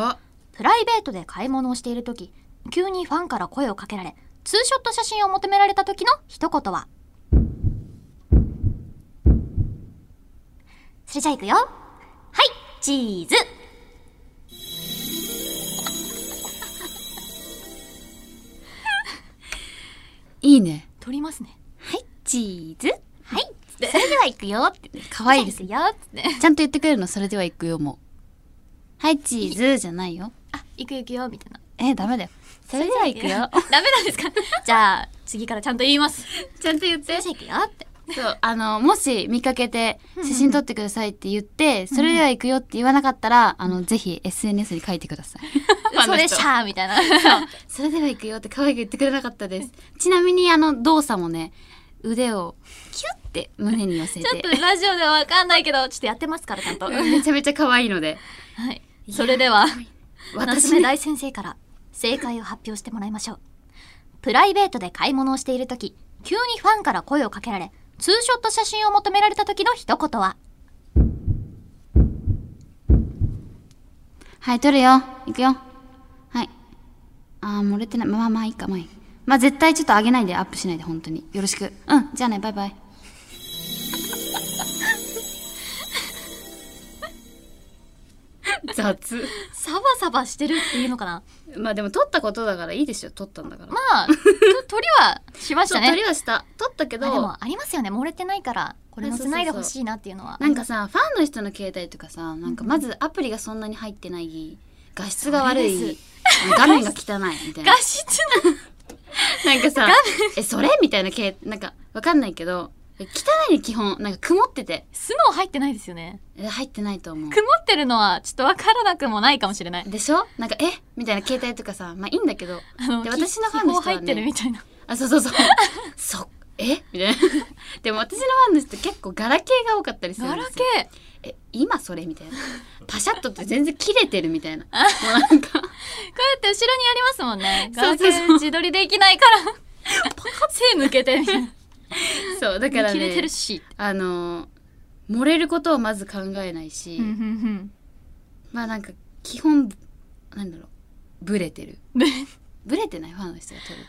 Speaker 1: プライベートで買い物をしている時急にファンから声をかけられツーショット写真を求められた時の一言はそれじゃあいくよはいチーズ
Speaker 2: いいね
Speaker 1: 撮りますね
Speaker 2: はいチーズ
Speaker 1: はい [LAUGHS] それではいく [LAUGHS] よって
Speaker 2: 可愛いです
Speaker 1: じゃあ行くよって
Speaker 2: [LAUGHS] ちゃんと言ってくれるのそれでは行くよもうはいチーズじゃないよ
Speaker 1: あ行く行くよみたいな
Speaker 2: えダメだよそれでは行
Speaker 1: [LAUGHS]
Speaker 2: くよ
Speaker 1: ダメなんですかじゃあ次からちゃんと言い [LAUGHS] ます
Speaker 2: [LAUGHS] ちゃんと言っ
Speaker 1: それじゃあ行くよって
Speaker 2: そうあのもし見かけて写真撮ってくださいって言ってそれでは行くよって言わなかったらあのぜひ SNS に書いてく
Speaker 1: [LAUGHS]
Speaker 2: ださい
Speaker 1: それ
Speaker 2: し
Speaker 1: シ
Speaker 2: ゃ
Speaker 1: ャーみたいな
Speaker 2: それでは行くよって可愛く言ってくれなかっ
Speaker 1: [LAUGHS]
Speaker 2: たです。ちなみにあの動作もね、腕をキュッて胸に寄せ
Speaker 1: ちょってと、ラジオではわかんないけど、ちょっとやってますから、ちゃんと。は
Speaker 2: めちゃめちゃ可愛いので、
Speaker 1: い。 [LAUGHS] それでは、夏
Speaker 2: 私
Speaker 1: 目
Speaker 2: ね、
Speaker 1: 大先生から正解を発表してもらいましょう。プライベートで買い物をしているとき、急にファンから声をかけられ、ツーショット写真を求められた時の一言は、
Speaker 2: はい、撮るよ。行くよ。はい。あー、漏れてない。まあまあいいか、まあいい。まあ絶対ちょっと上げないで、アップしないで、本当に。よろしく。うん、じゃあね、バイバイ。 [LAUGHS] 雑。
Speaker 1: サバサバしてるっていうのかな
Speaker 2: まあでも撮ったことだからいいでしょ、撮ったんだから。
Speaker 1: まあ、と [LAUGHS] 鳥はしました
Speaker 2: そう
Speaker 1: ね。
Speaker 2: 撮りはした。撮ったけ
Speaker 1: ま
Speaker 2: ど。
Speaker 1: あでも、ありますよね。漏れてないから、これ載せないでほしいなっていうのは。
Speaker 2: なんかさファンの人の携帯とかさなんかまずアプリがそんなに入ってない画質が悪
Speaker 1: それ
Speaker 2: い画面が汚いみたいな
Speaker 1: 画質な
Speaker 2: なんかさえそれみたいな携なんかわかんないけどえ汚いね基本なんか曇ってて
Speaker 1: スノー入ってないですよね。
Speaker 2: え入ってないと思う
Speaker 1: 曇ってるのは、ちょっとわからなくもないかもしれない。
Speaker 2: でしょなんかえみたいな携帯とかさまあいいんだけど
Speaker 1: あの
Speaker 2: で
Speaker 1: き
Speaker 2: 私のファンの人
Speaker 1: 気
Speaker 2: はね
Speaker 1: 泡入ってるみたいな。
Speaker 2: あそ
Speaker 1: [LAUGHS]
Speaker 2: うそうそうそえみたいなでも私のファンの人結構ガラケーが多かったりするん
Speaker 1: ガ
Speaker 2: ですよ
Speaker 1: ラケー。
Speaker 2: え今それみたいなパシャッとって全然切れてるみたいな
Speaker 1: [LAUGHS]
Speaker 2: もうなんか
Speaker 1: こうやって後ろにありますもんね。ガ
Speaker 2: そう
Speaker 1: ラ
Speaker 2: そ
Speaker 1: ケ
Speaker 2: うそう
Speaker 1: ー自撮りできない [LAUGHS] から。背抜けてみたいな。
Speaker 2: そうだから
Speaker 1: [LAUGHS]
Speaker 2: ね
Speaker 1: 切れてるし。
Speaker 2: あの漏れることをまず考えないし、
Speaker 1: うんうん
Speaker 2: まあなんか基本なんだろうブレてる
Speaker 1: うん。で
Speaker 2: ブレてないファンの人が撮る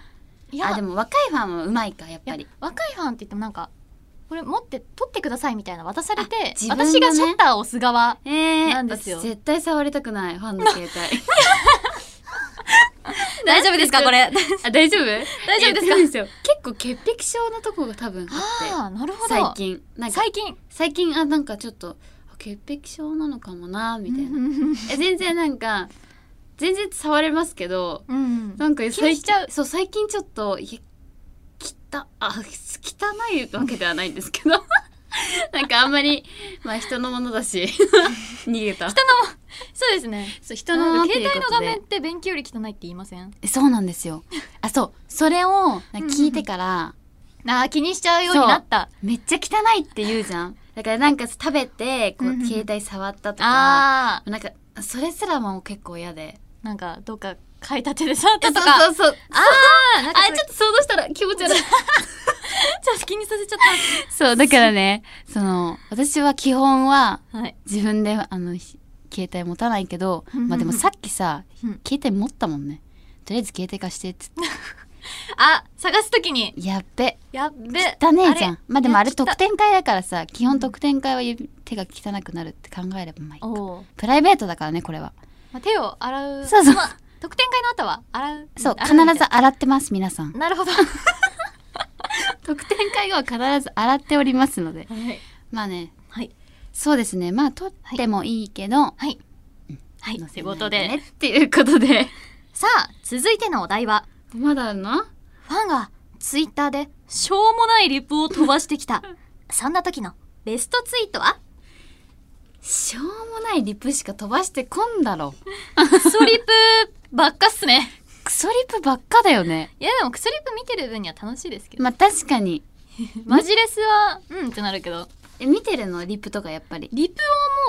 Speaker 1: い
Speaker 2: あ
Speaker 1: や、
Speaker 2: で
Speaker 1: い
Speaker 2: も若いファンはうまいかやっぱ
Speaker 1: や
Speaker 2: り
Speaker 1: 若いファンって言ってもなんか、これ持って、取ってくださいみたいな渡されて、
Speaker 2: 自分のね
Speaker 1: 私がシャッターを押す側。
Speaker 2: えー
Speaker 1: なんですよ
Speaker 2: 私絶対触りたくないファンの携帯
Speaker 1: [LAUGHS] 大丈夫ですかこれ。
Speaker 2: あ大丈夫
Speaker 1: 大丈夫ですか
Speaker 2: いやもよ結構潔癖症のとこが多分あ
Speaker 1: あ
Speaker 2: っ
Speaker 1: あ、なる
Speaker 2: て
Speaker 1: ほど。
Speaker 2: 最。近なんか
Speaker 1: 最近。
Speaker 2: 最近あなんかちょっとあ潔癖症なのかもなみたいな、え全然なんか全然触れますけど
Speaker 1: うんうん。
Speaker 2: なんか
Speaker 1: 気にしちゃう
Speaker 2: 最近そう最近ちょっといや汚あ汚いわけではないんですけど [LAUGHS] なんかあんまりまあ人のものだ [LAUGHS] し逃げた人の
Speaker 1: そうですね。
Speaker 2: そう人のも
Speaker 1: なん
Speaker 2: のっ
Speaker 1: か
Speaker 2: てい
Speaker 1: 携帯
Speaker 2: う
Speaker 1: の
Speaker 2: こと
Speaker 1: 画
Speaker 2: で
Speaker 1: 面って勉強より汚いって言いません
Speaker 2: そうなんですよあそうそれをなんか
Speaker 1: うんうん
Speaker 2: 聞いてから
Speaker 1: ああ、気にしちゃうようになった。
Speaker 2: めっちゃ汚いって言うじゃんだからなんか食べてこ
Speaker 1: うんうんう
Speaker 2: うん携帯触ったとか
Speaker 1: ああ。
Speaker 2: なんかそれすらもう結構嫌で
Speaker 1: なんか、どっか、買いたてで触ったとか。
Speaker 2: そうそうそう
Speaker 1: ああ、なんか
Speaker 2: あ
Speaker 1: それ
Speaker 2: ちょっと想像したら気持ち悪
Speaker 1: ちょ
Speaker 2: い
Speaker 1: っと気にさせちゃっ
Speaker 2: そう、だからね、その、私は基本は
Speaker 1: た。はい。
Speaker 2: 自分で、あの、ひ携帯持たないけど、まあでもさっきさ
Speaker 1: うん、
Speaker 2: 携帯持ったもんね。とりあえず携帯貸してっつって。
Speaker 1: あ、探すときに。
Speaker 2: やっべ。
Speaker 1: やっべ。
Speaker 2: だね
Speaker 1: あ
Speaker 2: えじゃん。まあでもあれ
Speaker 1: やっちゃ
Speaker 2: 特
Speaker 1: っ
Speaker 2: 典会だからさ、基本特典会は指手が汚くなるって考えればまあい
Speaker 1: た
Speaker 2: いか。
Speaker 1: おお。
Speaker 2: プライベートだからね、これは。
Speaker 1: まあ、手を洗う。
Speaker 2: そうそう
Speaker 1: まあ、特典会の後は、洗う。
Speaker 2: そう、必
Speaker 1: 洗みたい
Speaker 2: ず洗ってます、皆さん。
Speaker 1: なるほど。
Speaker 2: 特典会後は必ず洗っておりますので。
Speaker 1: はい。
Speaker 2: まあね、
Speaker 1: はい。
Speaker 2: そうですね。まあ、撮ってもいいけど、
Speaker 1: はい。はい。
Speaker 2: 載
Speaker 1: とい
Speaker 2: せ
Speaker 1: う
Speaker 2: な
Speaker 1: こ
Speaker 2: い
Speaker 1: とで。
Speaker 2: ね。っていうことで。
Speaker 1: さあ、続いてのお題は、
Speaker 2: まだあるの
Speaker 1: ファンがツイッターでしょうもないリプを飛ばしてきた。 [LAUGHS] そんな時のベストツイートは
Speaker 2: しょうもないリプしか飛ばしてこんだろ。
Speaker 1: クソリプばっかっすね。
Speaker 2: クソリプばっかだよね。
Speaker 1: いやでもクソリプ見てる分には楽しいですけど。
Speaker 2: まあ確かに。
Speaker 1: マジレスは、うんってなるけど。
Speaker 2: え見てるのリプとかやっぱり。
Speaker 1: リプ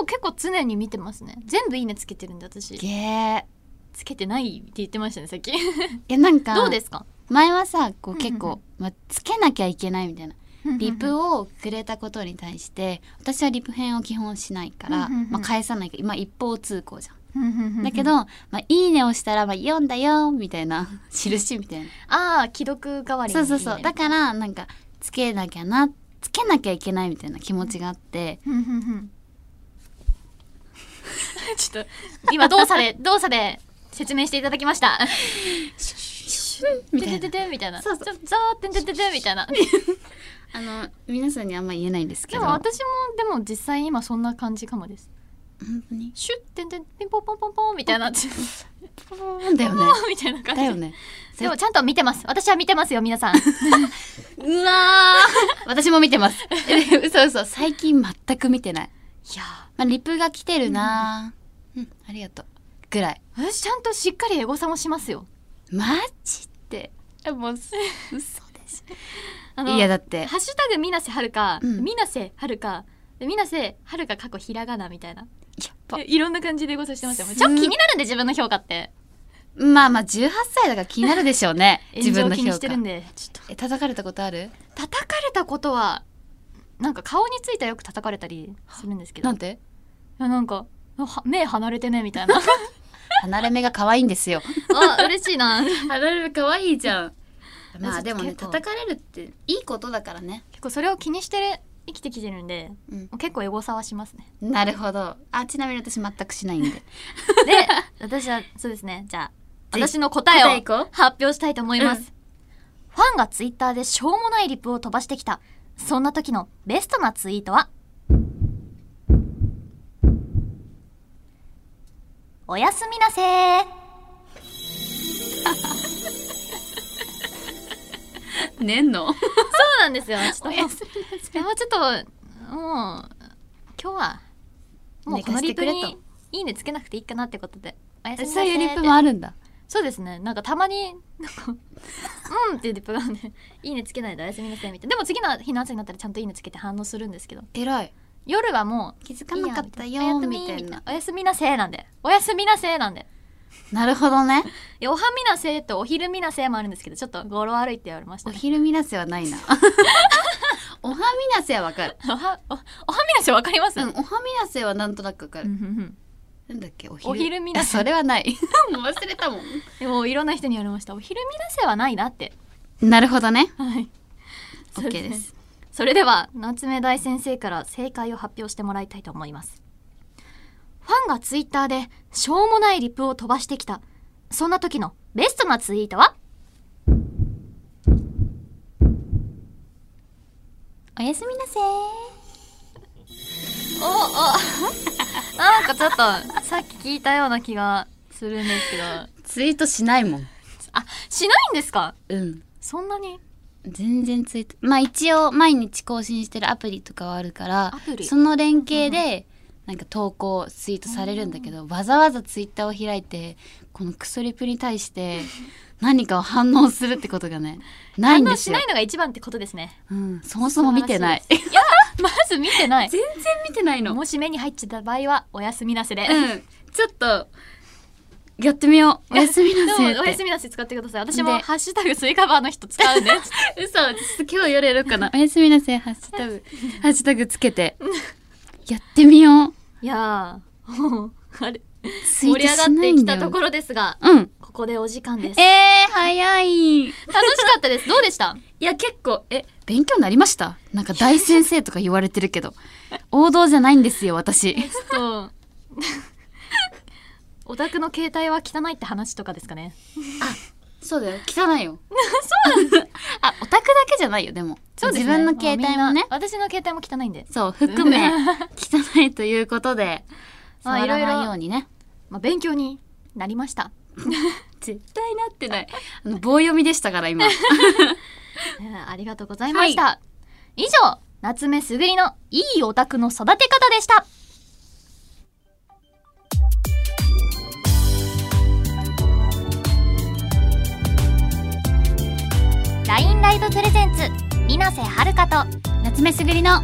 Speaker 1: をもう結構常に見てますね全部いいねつけてるんで私
Speaker 2: げー。
Speaker 1: つけてないって言ってましたねさっき
Speaker 2: えなんか
Speaker 1: どうですか
Speaker 2: 前はさこう
Speaker 1: うんうん
Speaker 2: 結構、まあ、つけなきゃいけないみたいなリプをくれたことに対して私はリプ編を基本しないから、
Speaker 1: うんうんうん
Speaker 2: まあ、返さないけど、まあ、一方通行じゃん。
Speaker 1: だ
Speaker 2: だけど、まあ、いいねをしたら、まあ、読んだよみたい [LAUGHS] な印みたいな。
Speaker 1: ああ既読代わりに
Speaker 2: そうそうそう。だ
Speaker 1: だ
Speaker 2: からなんかつけなきゃなつけなきゃいけないみたいな気持ちがあって、
Speaker 1: [LAUGHS] ちょっと今動作で動作で説明していただきました。
Speaker 2: [LAUGHS] みたいな
Speaker 1: ててててみたいな。
Speaker 2: そう
Speaker 1: ちょざーってんてててみたいな。
Speaker 2: あの皆さんにあんま言えないんですけ
Speaker 1: で
Speaker 2: ど。
Speaker 1: も私もでも実際今そんな感じかもです。
Speaker 2: 本当に。
Speaker 1: シュッてんてんピンポンポンポンポンみたい
Speaker 2: [LAUGHS]
Speaker 1: な。
Speaker 2: だよね。
Speaker 1: みたいな感じ。
Speaker 2: だよね。
Speaker 1: [LAUGHS] でもちゃんと見てます。私は見てますよ皆
Speaker 2: [LAUGHS]
Speaker 1: さん。
Speaker 2: うわー私も見てます。 [LAUGHS] え嘘嘘。最近全く見てない。
Speaker 1: いや
Speaker 2: まあ、リプが来てるなー、うん、ありがとう。ぐらい。
Speaker 1: ー私ちゃんとしっかりエゴサもしますよ。
Speaker 2: マジって。えもう、嘘です。
Speaker 1: あの
Speaker 2: いや、だって。
Speaker 1: ハッシュタグみなせはるか、
Speaker 2: うん
Speaker 1: みなせはるか、でみなせはるか過去ひらがなみたいな。
Speaker 2: やっぱ
Speaker 1: えいろんな感じでござしてますよ。ちょ
Speaker 2: す
Speaker 1: っと気になるんで自分の評価って。。
Speaker 2: まあまあ、18歳だから気になるでしょう [LAUGHS] ね自分
Speaker 1: 炎
Speaker 2: の
Speaker 1: 上気に
Speaker 2: 評
Speaker 1: し
Speaker 2: 価
Speaker 1: て。るんで。ちょっ
Speaker 2: え、叩かれたことある
Speaker 1: と叩かれたことはなんか顔についてはよく叩かれたりするんですけど。
Speaker 2: ないんて
Speaker 1: やなんかは目離れてねみたいな。
Speaker 2: 離れ目が可愛いんですよ。
Speaker 1: [LAUGHS] あ嬉しいな。結
Speaker 2: [LAUGHS] 離れ目可愛いじゃん。まあでもね、
Speaker 1: 結構
Speaker 2: 叩かれるっていいことだからね。
Speaker 1: 構それを気にして生きてきてるんで、
Speaker 2: うん。
Speaker 1: 結構エゴサはしますね。
Speaker 2: なるほど。あ、ちなみに私全くしないんで。
Speaker 1: で私はそうですねじゃあ
Speaker 2: ぜひ
Speaker 1: 私の答え
Speaker 2: [LAUGHS] 答え
Speaker 1: を
Speaker 2: いこう
Speaker 1: 発表したいと思います、
Speaker 2: うん
Speaker 1: ファンがツイッターでしょうもないリプを飛ばしてきたそんな時のベストなツイートはおやすみなせー
Speaker 2: ねん [LAUGHS] の
Speaker 1: そうなんですよちょっと
Speaker 2: お
Speaker 1: も
Speaker 2: や
Speaker 1: う
Speaker 2: すみな [LAUGHS] さい。
Speaker 1: でもちょっともう今日はもうこのリプ
Speaker 2: 寝かして
Speaker 1: に
Speaker 2: くれ
Speaker 1: いいねつけなくていいかなってことでおやすみなせ
Speaker 2: そ
Speaker 1: ー
Speaker 2: ういう
Speaker 1: って
Speaker 2: リップもあるんだ。
Speaker 1: そうですねなんかたまになんか [LAUGHS] うんっていうリプがね [LAUGHS] 「いいねつけないでおやすみなさい」みたいなでも次の日の朝になったらちゃんと「いいね」つけて反応するんですけど
Speaker 2: 偉い。
Speaker 1: 夜はもう
Speaker 2: 気
Speaker 1: 「
Speaker 2: づかなかったよ
Speaker 1: いいや
Speaker 2: ー
Speaker 1: み
Speaker 2: み
Speaker 1: た
Speaker 2: た
Speaker 1: い
Speaker 2: い
Speaker 1: な
Speaker 2: な。
Speaker 1: おやすみなせいなんでおやすみなせいなんで
Speaker 2: なるほどね。
Speaker 1: いやおはみなせいとお昼みなせいもあるんですけどちょっと語呂悪いって言われました
Speaker 2: お
Speaker 1: ね
Speaker 2: 昼みなせはない [LAUGHS] な。おはみなせはわかる。
Speaker 1: おはおおはみなせいわかります、
Speaker 2: うん、おはみなせはなんとなくわか
Speaker 1: う
Speaker 2: る。
Speaker 1: んうん
Speaker 2: なんだっけ、お
Speaker 1: お昼みなせ
Speaker 2: あそれはない。 [LAUGHS] もう忘れたもん。
Speaker 1: うん、もういろんな人に言われましたお昼みなせいはないなって
Speaker 2: [LAUGHS] なるほどね。
Speaker 1: はい
Speaker 2: [LAUGHS] OK で
Speaker 1: そうね
Speaker 2: す。
Speaker 1: それでは夏目大先生から正解を発表してもらいたいと思いますファンがツイッターでしょうもないリプを飛ばしてきたそんな時のベストなツイートは
Speaker 2: おやすみなせ
Speaker 1: お [LAUGHS] おなんかちょっとさっき聞いたような気がするんですけ
Speaker 2: [LAUGHS]
Speaker 1: どあ
Speaker 2: ツイートしないもん。
Speaker 1: しないんですか
Speaker 2: うん。
Speaker 1: そんなに
Speaker 2: 全然ツイート。まあ一応毎日更新してるアプリとかはあるから
Speaker 1: アプ、リ
Speaker 2: その連携で、なんか投稿ツイートされるんだけど、わざわざツイッターを開いてこのクソリプに対 [LAUGHS] して何かを反応するってことがねないん
Speaker 1: 反
Speaker 2: で
Speaker 1: 応
Speaker 2: す
Speaker 1: し
Speaker 2: よ
Speaker 1: ないのが一番ってことですね
Speaker 2: うん、そもそも見てない。
Speaker 1: 素晴らしですいやまず見てない
Speaker 2: 然見て [LAUGHS] ない
Speaker 1: もし目に入っちゃった場合はおやすみなせで、
Speaker 2: うん、ちょっと、やってみよう。おやすみなせ
Speaker 1: でもおやす
Speaker 2: み。
Speaker 1: みなせ使ってください私も
Speaker 2: で
Speaker 1: ハッシュタグスイカバーの人使うんで
Speaker 2: 嘘、ちょっと今日夜やろうかな。おやすみなせ、ハッシュタ [LAUGHS] グ、ハッシュタグつけて。やってみよう。
Speaker 1: [LAUGHS] いやーもうあれ
Speaker 2: ツイ
Speaker 1: 盛
Speaker 2: ー
Speaker 1: り
Speaker 2: ト
Speaker 1: 上がっ
Speaker 2: しな
Speaker 1: て
Speaker 2: いん
Speaker 1: き
Speaker 2: だ
Speaker 1: た
Speaker 2: よ
Speaker 1: ところですが
Speaker 2: うん。
Speaker 1: ここでお時間です
Speaker 2: え
Speaker 1: 楽
Speaker 2: ー、早い。い
Speaker 1: しかったですどうでした
Speaker 2: や、結構、え、勉強になりましたなんか大先生とか言われてるけど、王道じゃないんですよ、私。
Speaker 1: ちょっと [LAUGHS] オタクの携帯は汚いって話とかですかね
Speaker 2: そうだよ、汚いよ。そうなんだ。あ、オタクだけじゃないよ、でも。
Speaker 1: そうです
Speaker 2: 自
Speaker 1: ね
Speaker 2: 分の携帯
Speaker 1: あ
Speaker 2: も
Speaker 1: みんな
Speaker 2: ね。
Speaker 1: 私の携帯も汚いんで、
Speaker 2: そう、含
Speaker 1: [LAUGHS]
Speaker 2: め、汚いということで、
Speaker 1: まあ
Speaker 2: 触ら
Speaker 1: いろい
Speaker 2: な
Speaker 1: ろ
Speaker 2: いようにね。
Speaker 1: まあ、勉強になりました、
Speaker 2: 絶対なってない。あの棒読みでしたから、今。
Speaker 1: えーありがとうございました、以上夏目すぐりのいいオタクの育て方でしたラインライブプレゼンツ水瀬はるかと
Speaker 2: 夏目すぐりの、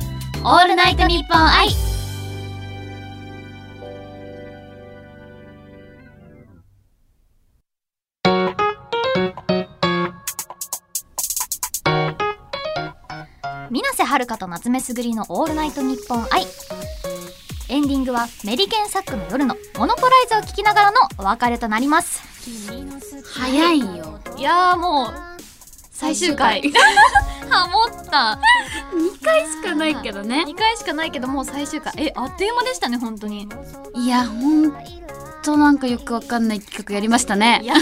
Speaker 1: オールナイトニッポン愛水遥と夏目すぐりの「オールナイトニッポン愛」エンディングはメリケンサックの夜の「モノポライズ」を聞きながらのお別れとなります
Speaker 2: 早いよ
Speaker 1: いやーもう最終回 [LAUGHS] ハモった
Speaker 2: 2回しかないけどね
Speaker 1: 2回しかないけどもう最終回えあっという間でしたね本当に
Speaker 2: いやほんとなんかよくわかんない企画やりました
Speaker 1: い
Speaker 2: ね
Speaker 1: や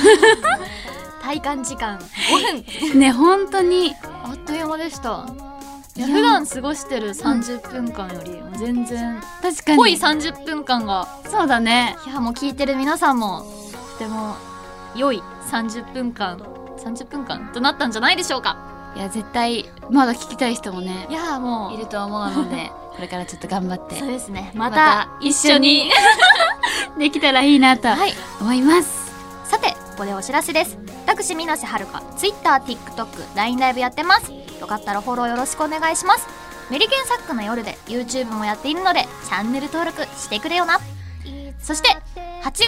Speaker 1: [LAUGHS] 体感時間5分
Speaker 2: ね本当に
Speaker 1: あっという間でしたいや
Speaker 2: いや
Speaker 1: 普段過ごしてる30分間より全然
Speaker 2: 確か
Speaker 1: 濃い
Speaker 2: に
Speaker 1: 30分間が
Speaker 2: そうだね
Speaker 1: いやもう聞いてる皆さんもとても良い30分間30分間となったんじゃないでしょうか
Speaker 2: いや絶対まだ聞きたい人もね
Speaker 1: いやも
Speaker 2: いうると思うの [LAUGHS] でこれからちょっと頑張って
Speaker 1: そうですねま
Speaker 2: ま
Speaker 1: た一緒に
Speaker 2: [LAUGHS] できたらいいなと
Speaker 1: はい
Speaker 2: 思います
Speaker 1: さてここでお知らせです私水瀬はるか TwitterTikTokLINE ライブやってますよかったらフォローよろしくお願いしますメリケンサックの夜で YouTube もやっているのでチャンネル登録してくれよなそして8月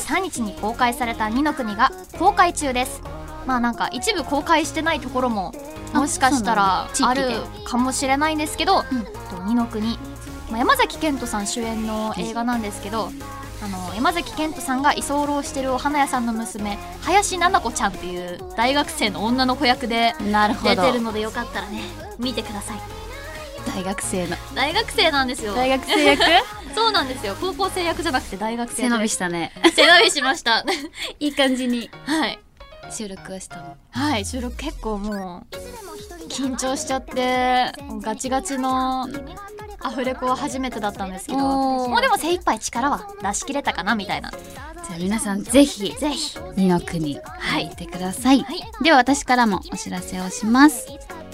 Speaker 1: 23日に公開された「二の国」が公開中ですまあなんか一部公開してないところももしかしたら
Speaker 2: あそう
Speaker 1: あ
Speaker 2: なんだ
Speaker 1: る
Speaker 2: 地域で
Speaker 1: かもしれないんですけど
Speaker 2: うん
Speaker 1: えっと二の国、まあ、山崎賢人さん主演の映画なんですけど、あの山崎賢人さんが居候してるお花屋さんの娘林七子ちゃんっていう大学生の女の子役で
Speaker 2: なるほ
Speaker 1: 出
Speaker 2: ど
Speaker 1: てるのでよかったらね見てください
Speaker 2: 大学生の
Speaker 1: 大学生なんですよ
Speaker 2: 大学生役
Speaker 1: [LAUGHS] そうなんですよ高校生役じゃなくて大学生
Speaker 2: 背
Speaker 1: で
Speaker 2: 伸びしたね
Speaker 1: 背伸びしました
Speaker 2: [LAUGHS] いい感じに
Speaker 1: はい
Speaker 2: 収録はしたの
Speaker 1: はい収録結構もう緊張しちゃってもうガチガチのアフレコは初めてだったんですけど
Speaker 2: おー
Speaker 1: もうでも精一杯力は出し切れたかなみたいな
Speaker 2: じゃあ皆さんぜひ
Speaker 1: ぜひ
Speaker 2: 二の国
Speaker 1: はい
Speaker 2: 見てください、
Speaker 1: はい
Speaker 2: では私からもお知らせをします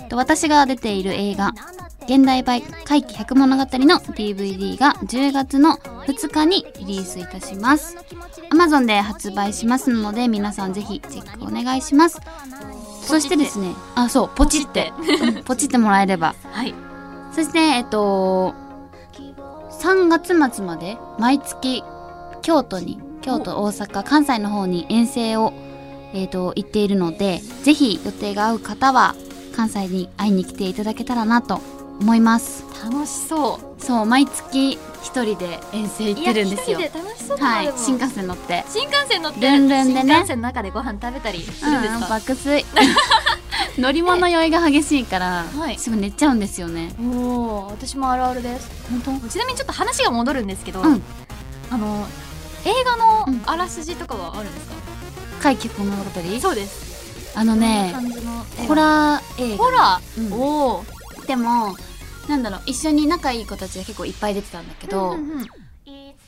Speaker 2: と私が出ている映画「現代版怪奇百物語」の DVD が10月の2日にリリースいたします Amazon で発売しますので皆さんぜひチェックお願いしますそしてですねあそうポチってうんポチってもらえれば
Speaker 1: はい
Speaker 2: そしてえっと3月末まで毎月京都に京都大阪関西の方に遠征を、えっと行っているのでぜひ予定が合う方は関西に会いに来ていただけたらなと思います
Speaker 1: 楽しそう
Speaker 2: そう毎月一人で遠征行ってるんですよ
Speaker 1: いや一人で楽しそうだな
Speaker 2: はい
Speaker 1: でも
Speaker 2: 新幹線乗って
Speaker 1: 新幹線乗って
Speaker 2: ルンルンでね
Speaker 1: 新幹線の中でご飯食べたりするんです
Speaker 2: うん
Speaker 1: か、
Speaker 2: 爆
Speaker 1: [LAUGHS]
Speaker 2: 睡乗り物酔いが激しいから、
Speaker 1: はい
Speaker 2: すぐ寝ちゃうんですよね
Speaker 1: おお私もあるあるです本当ちなみにちょっと話が戻るんですけど、
Speaker 2: うん
Speaker 1: あの映画の
Speaker 2: うん
Speaker 1: あらすじとかはあるんですか、
Speaker 2: 怪奇物語
Speaker 1: そうです
Speaker 2: あのね
Speaker 1: こんな感じの
Speaker 2: ホラー映画
Speaker 1: ホラ
Speaker 2: う
Speaker 1: ー
Speaker 2: ん
Speaker 1: おお
Speaker 2: でもなんだろう一緒に仲いい子たちが結構いっぱい出てたんだけど、
Speaker 1: うんうんうん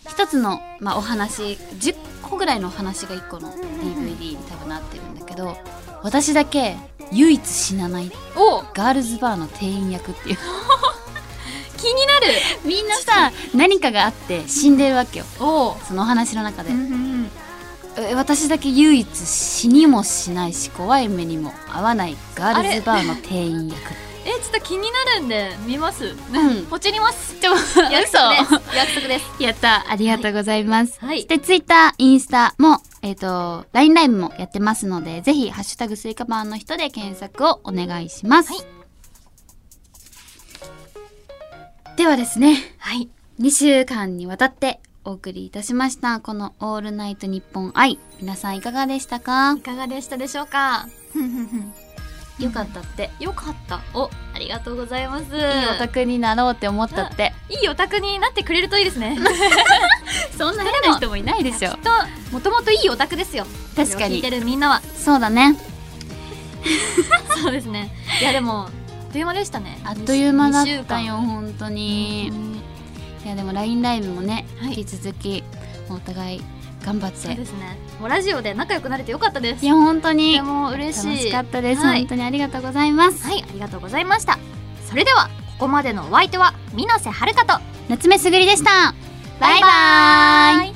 Speaker 2: 一つの、まあ、お話10個ぐらいのお話が1個の
Speaker 1: んうんうん
Speaker 2: DVD に多分なってるんだけど私だけ唯一死なない
Speaker 1: おー
Speaker 2: ガールズバーの店員
Speaker 1: [LAUGHS]
Speaker 2: 役っていう
Speaker 1: 気になる
Speaker 2: みんなさ [LAUGHS] 何かがあって死んでるわけよ
Speaker 1: おお
Speaker 2: そのお話の中で、
Speaker 1: うんうんうん
Speaker 2: え私だけ唯一死にもしないし怖い目にも合わないガールズバーの店員役
Speaker 1: えちょっと気になるんで見ます、
Speaker 2: [LAUGHS] うん
Speaker 1: ポチります
Speaker 2: でも
Speaker 1: 約束です約束です
Speaker 2: やったありがとうございます、
Speaker 1: はい
Speaker 2: でツイッターインスタもえっ、と LINE ライブもやってますのでぜひ「ハッシュタグスイカバーの人」で検索をお願いします、
Speaker 1: はい
Speaker 2: ではですね
Speaker 1: [LAUGHS] はい
Speaker 2: 2週間にわたってお送りいたしましたこの「オールナイトニッポン愛」皆さんいかがでしたか
Speaker 1: いかがでしたでしょうかふんふんふん
Speaker 2: よかったって、
Speaker 1: よかったおありがとうございますいい
Speaker 2: いいお宅になろうって思ったって
Speaker 1: いいオタクになってくれるといいですね
Speaker 2: [LAUGHS] そんな変な人もいないでしょ
Speaker 1: きっともともといいオタクですよ
Speaker 2: 確
Speaker 1: これ
Speaker 2: か
Speaker 1: を聞い
Speaker 2: に
Speaker 1: てるみん
Speaker 2: [LAUGHS]
Speaker 1: なは
Speaker 2: そうだね
Speaker 1: そうですねいやでもあっという間でしたね
Speaker 2: あっという間だっ
Speaker 1: 二週
Speaker 2: た
Speaker 1: 間
Speaker 2: よ本当に、
Speaker 1: うん
Speaker 2: いやでも LINE ライブもね、
Speaker 1: はい
Speaker 2: 引き続きお互い頑張っ
Speaker 1: そう
Speaker 2: て
Speaker 1: ですねもうラジオで仲良くなれてよかったです
Speaker 2: いや本当
Speaker 1: とて
Speaker 2: に
Speaker 1: も嬉しい
Speaker 2: 楽しかったです、
Speaker 1: はい
Speaker 2: 本当にありがとうございます、
Speaker 1: はいありがとうございましたそれではここまでのお相手は水瀬はるかと
Speaker 2: 夏目すぐりでしたバイバイ
Speaker 1: バイバイ